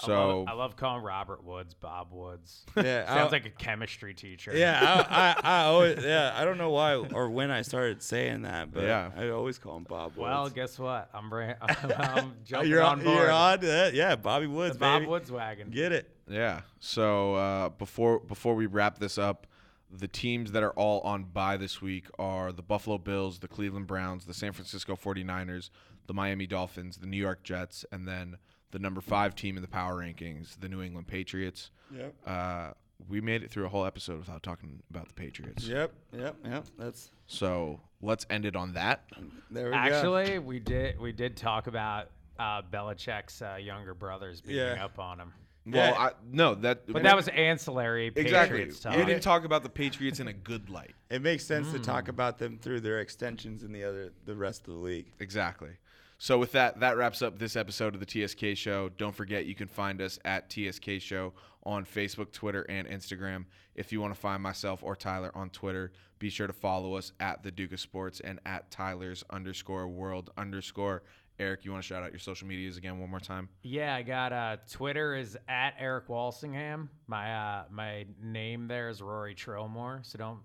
I love, So I love calling Robert Woods Bob Woods. Yeah, Sounds I- like a chemistry teacher. Yeah, I, I, I always, yeah, I don't know why or when I started saying that, but Yeah. I always call him Bob Woods. Well, guess what? I'm, bra- I'm, I'm Oh, jumping you're on board. You're on to that. Yeah, Bobby Woods, the Bob baby. Woods wagon. Get it. yeah. So uh, before before we wrap this up, the teams that are all on bye this week are the Buffalo Bills, the Cleveland Browns, the San Francisco 49ers, the Miami Dolphins, the New York Jets, and then the number five team in the power rankings, the New England Patriots. Yep. Uh, we made it through a whole episode without talking about the Patriots. Yep. Yep. Yep. That's So let's end it on that. there we go. Actually, we did we did talk about uh, Belichick's uh, younger brothers beating Yeah. up on him, Well, Yeah. I, no, that but that was ancillary. exactly. Patriots talk. We didn't talk about the Patriots in a good light. It makes sense to hmm. talk about them through their extensions and the other, the rest of the league. Exactly. So with that, that wraps up this episode of the TSK Show. Don't forget you can find us at TSK Show on Facebook, Twitter, and Instagram. If you want to find myself or Tyler on Twitter, be sure to follow us at the Duke of Sports and at Tyler's underscore world underscore. Eric, you want to shout out your social medias again one more time? Yeah, I got uh, Twitter is at Eric Walsingham. My uh, my name there is Rory Trillmore, so don't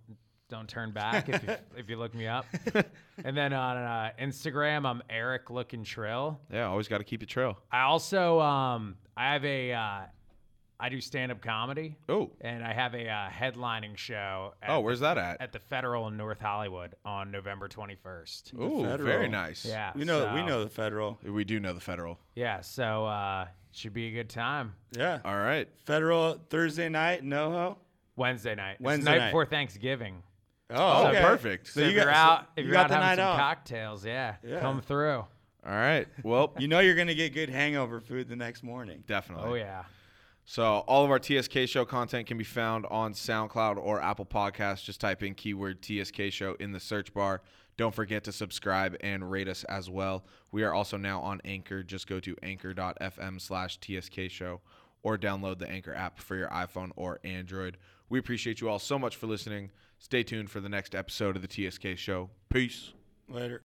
don't turn back if you, if you look me up. and then on uh, Instagram, I'm Eric Looking Trill. Yeah, always got to keep it trail. I also um, I have a uh, I do stand up comedy, Oh, and I have a uh, headlining show. At, oh, where's that at? at the Federal in North Hollywood on November 21st. Oh, very Federal. nice. Yeah, We know, we so- know the federal. We do know the federal. Yeah, so uh, should be a good time. Yeah. All right. Federal Thursday night, NoHo. Wednesday night. It's Wednesday the night, night. before Thanksgiving. Oh, perfect. So, if you are got- so out, if you you're got out the having night some off. cocktails, yeah, Yeah. come through. All right. Well, You know you're gonna get good hangover food the next morning. definitely. Oh yeah, So all of our TSK show content can be found on SoundCloud or Apple Podcasts. Just type in keyword TSK show in the search bar. Don't forget to subscribe and rate us as well. We are also now on Anchor. Just go to anchor.fm slash TSK show or download the Anchor app for your iPhone or Android. We appreciate you all so much for listening. Stay tuned for the next episode of the TSK show. Peace. Later.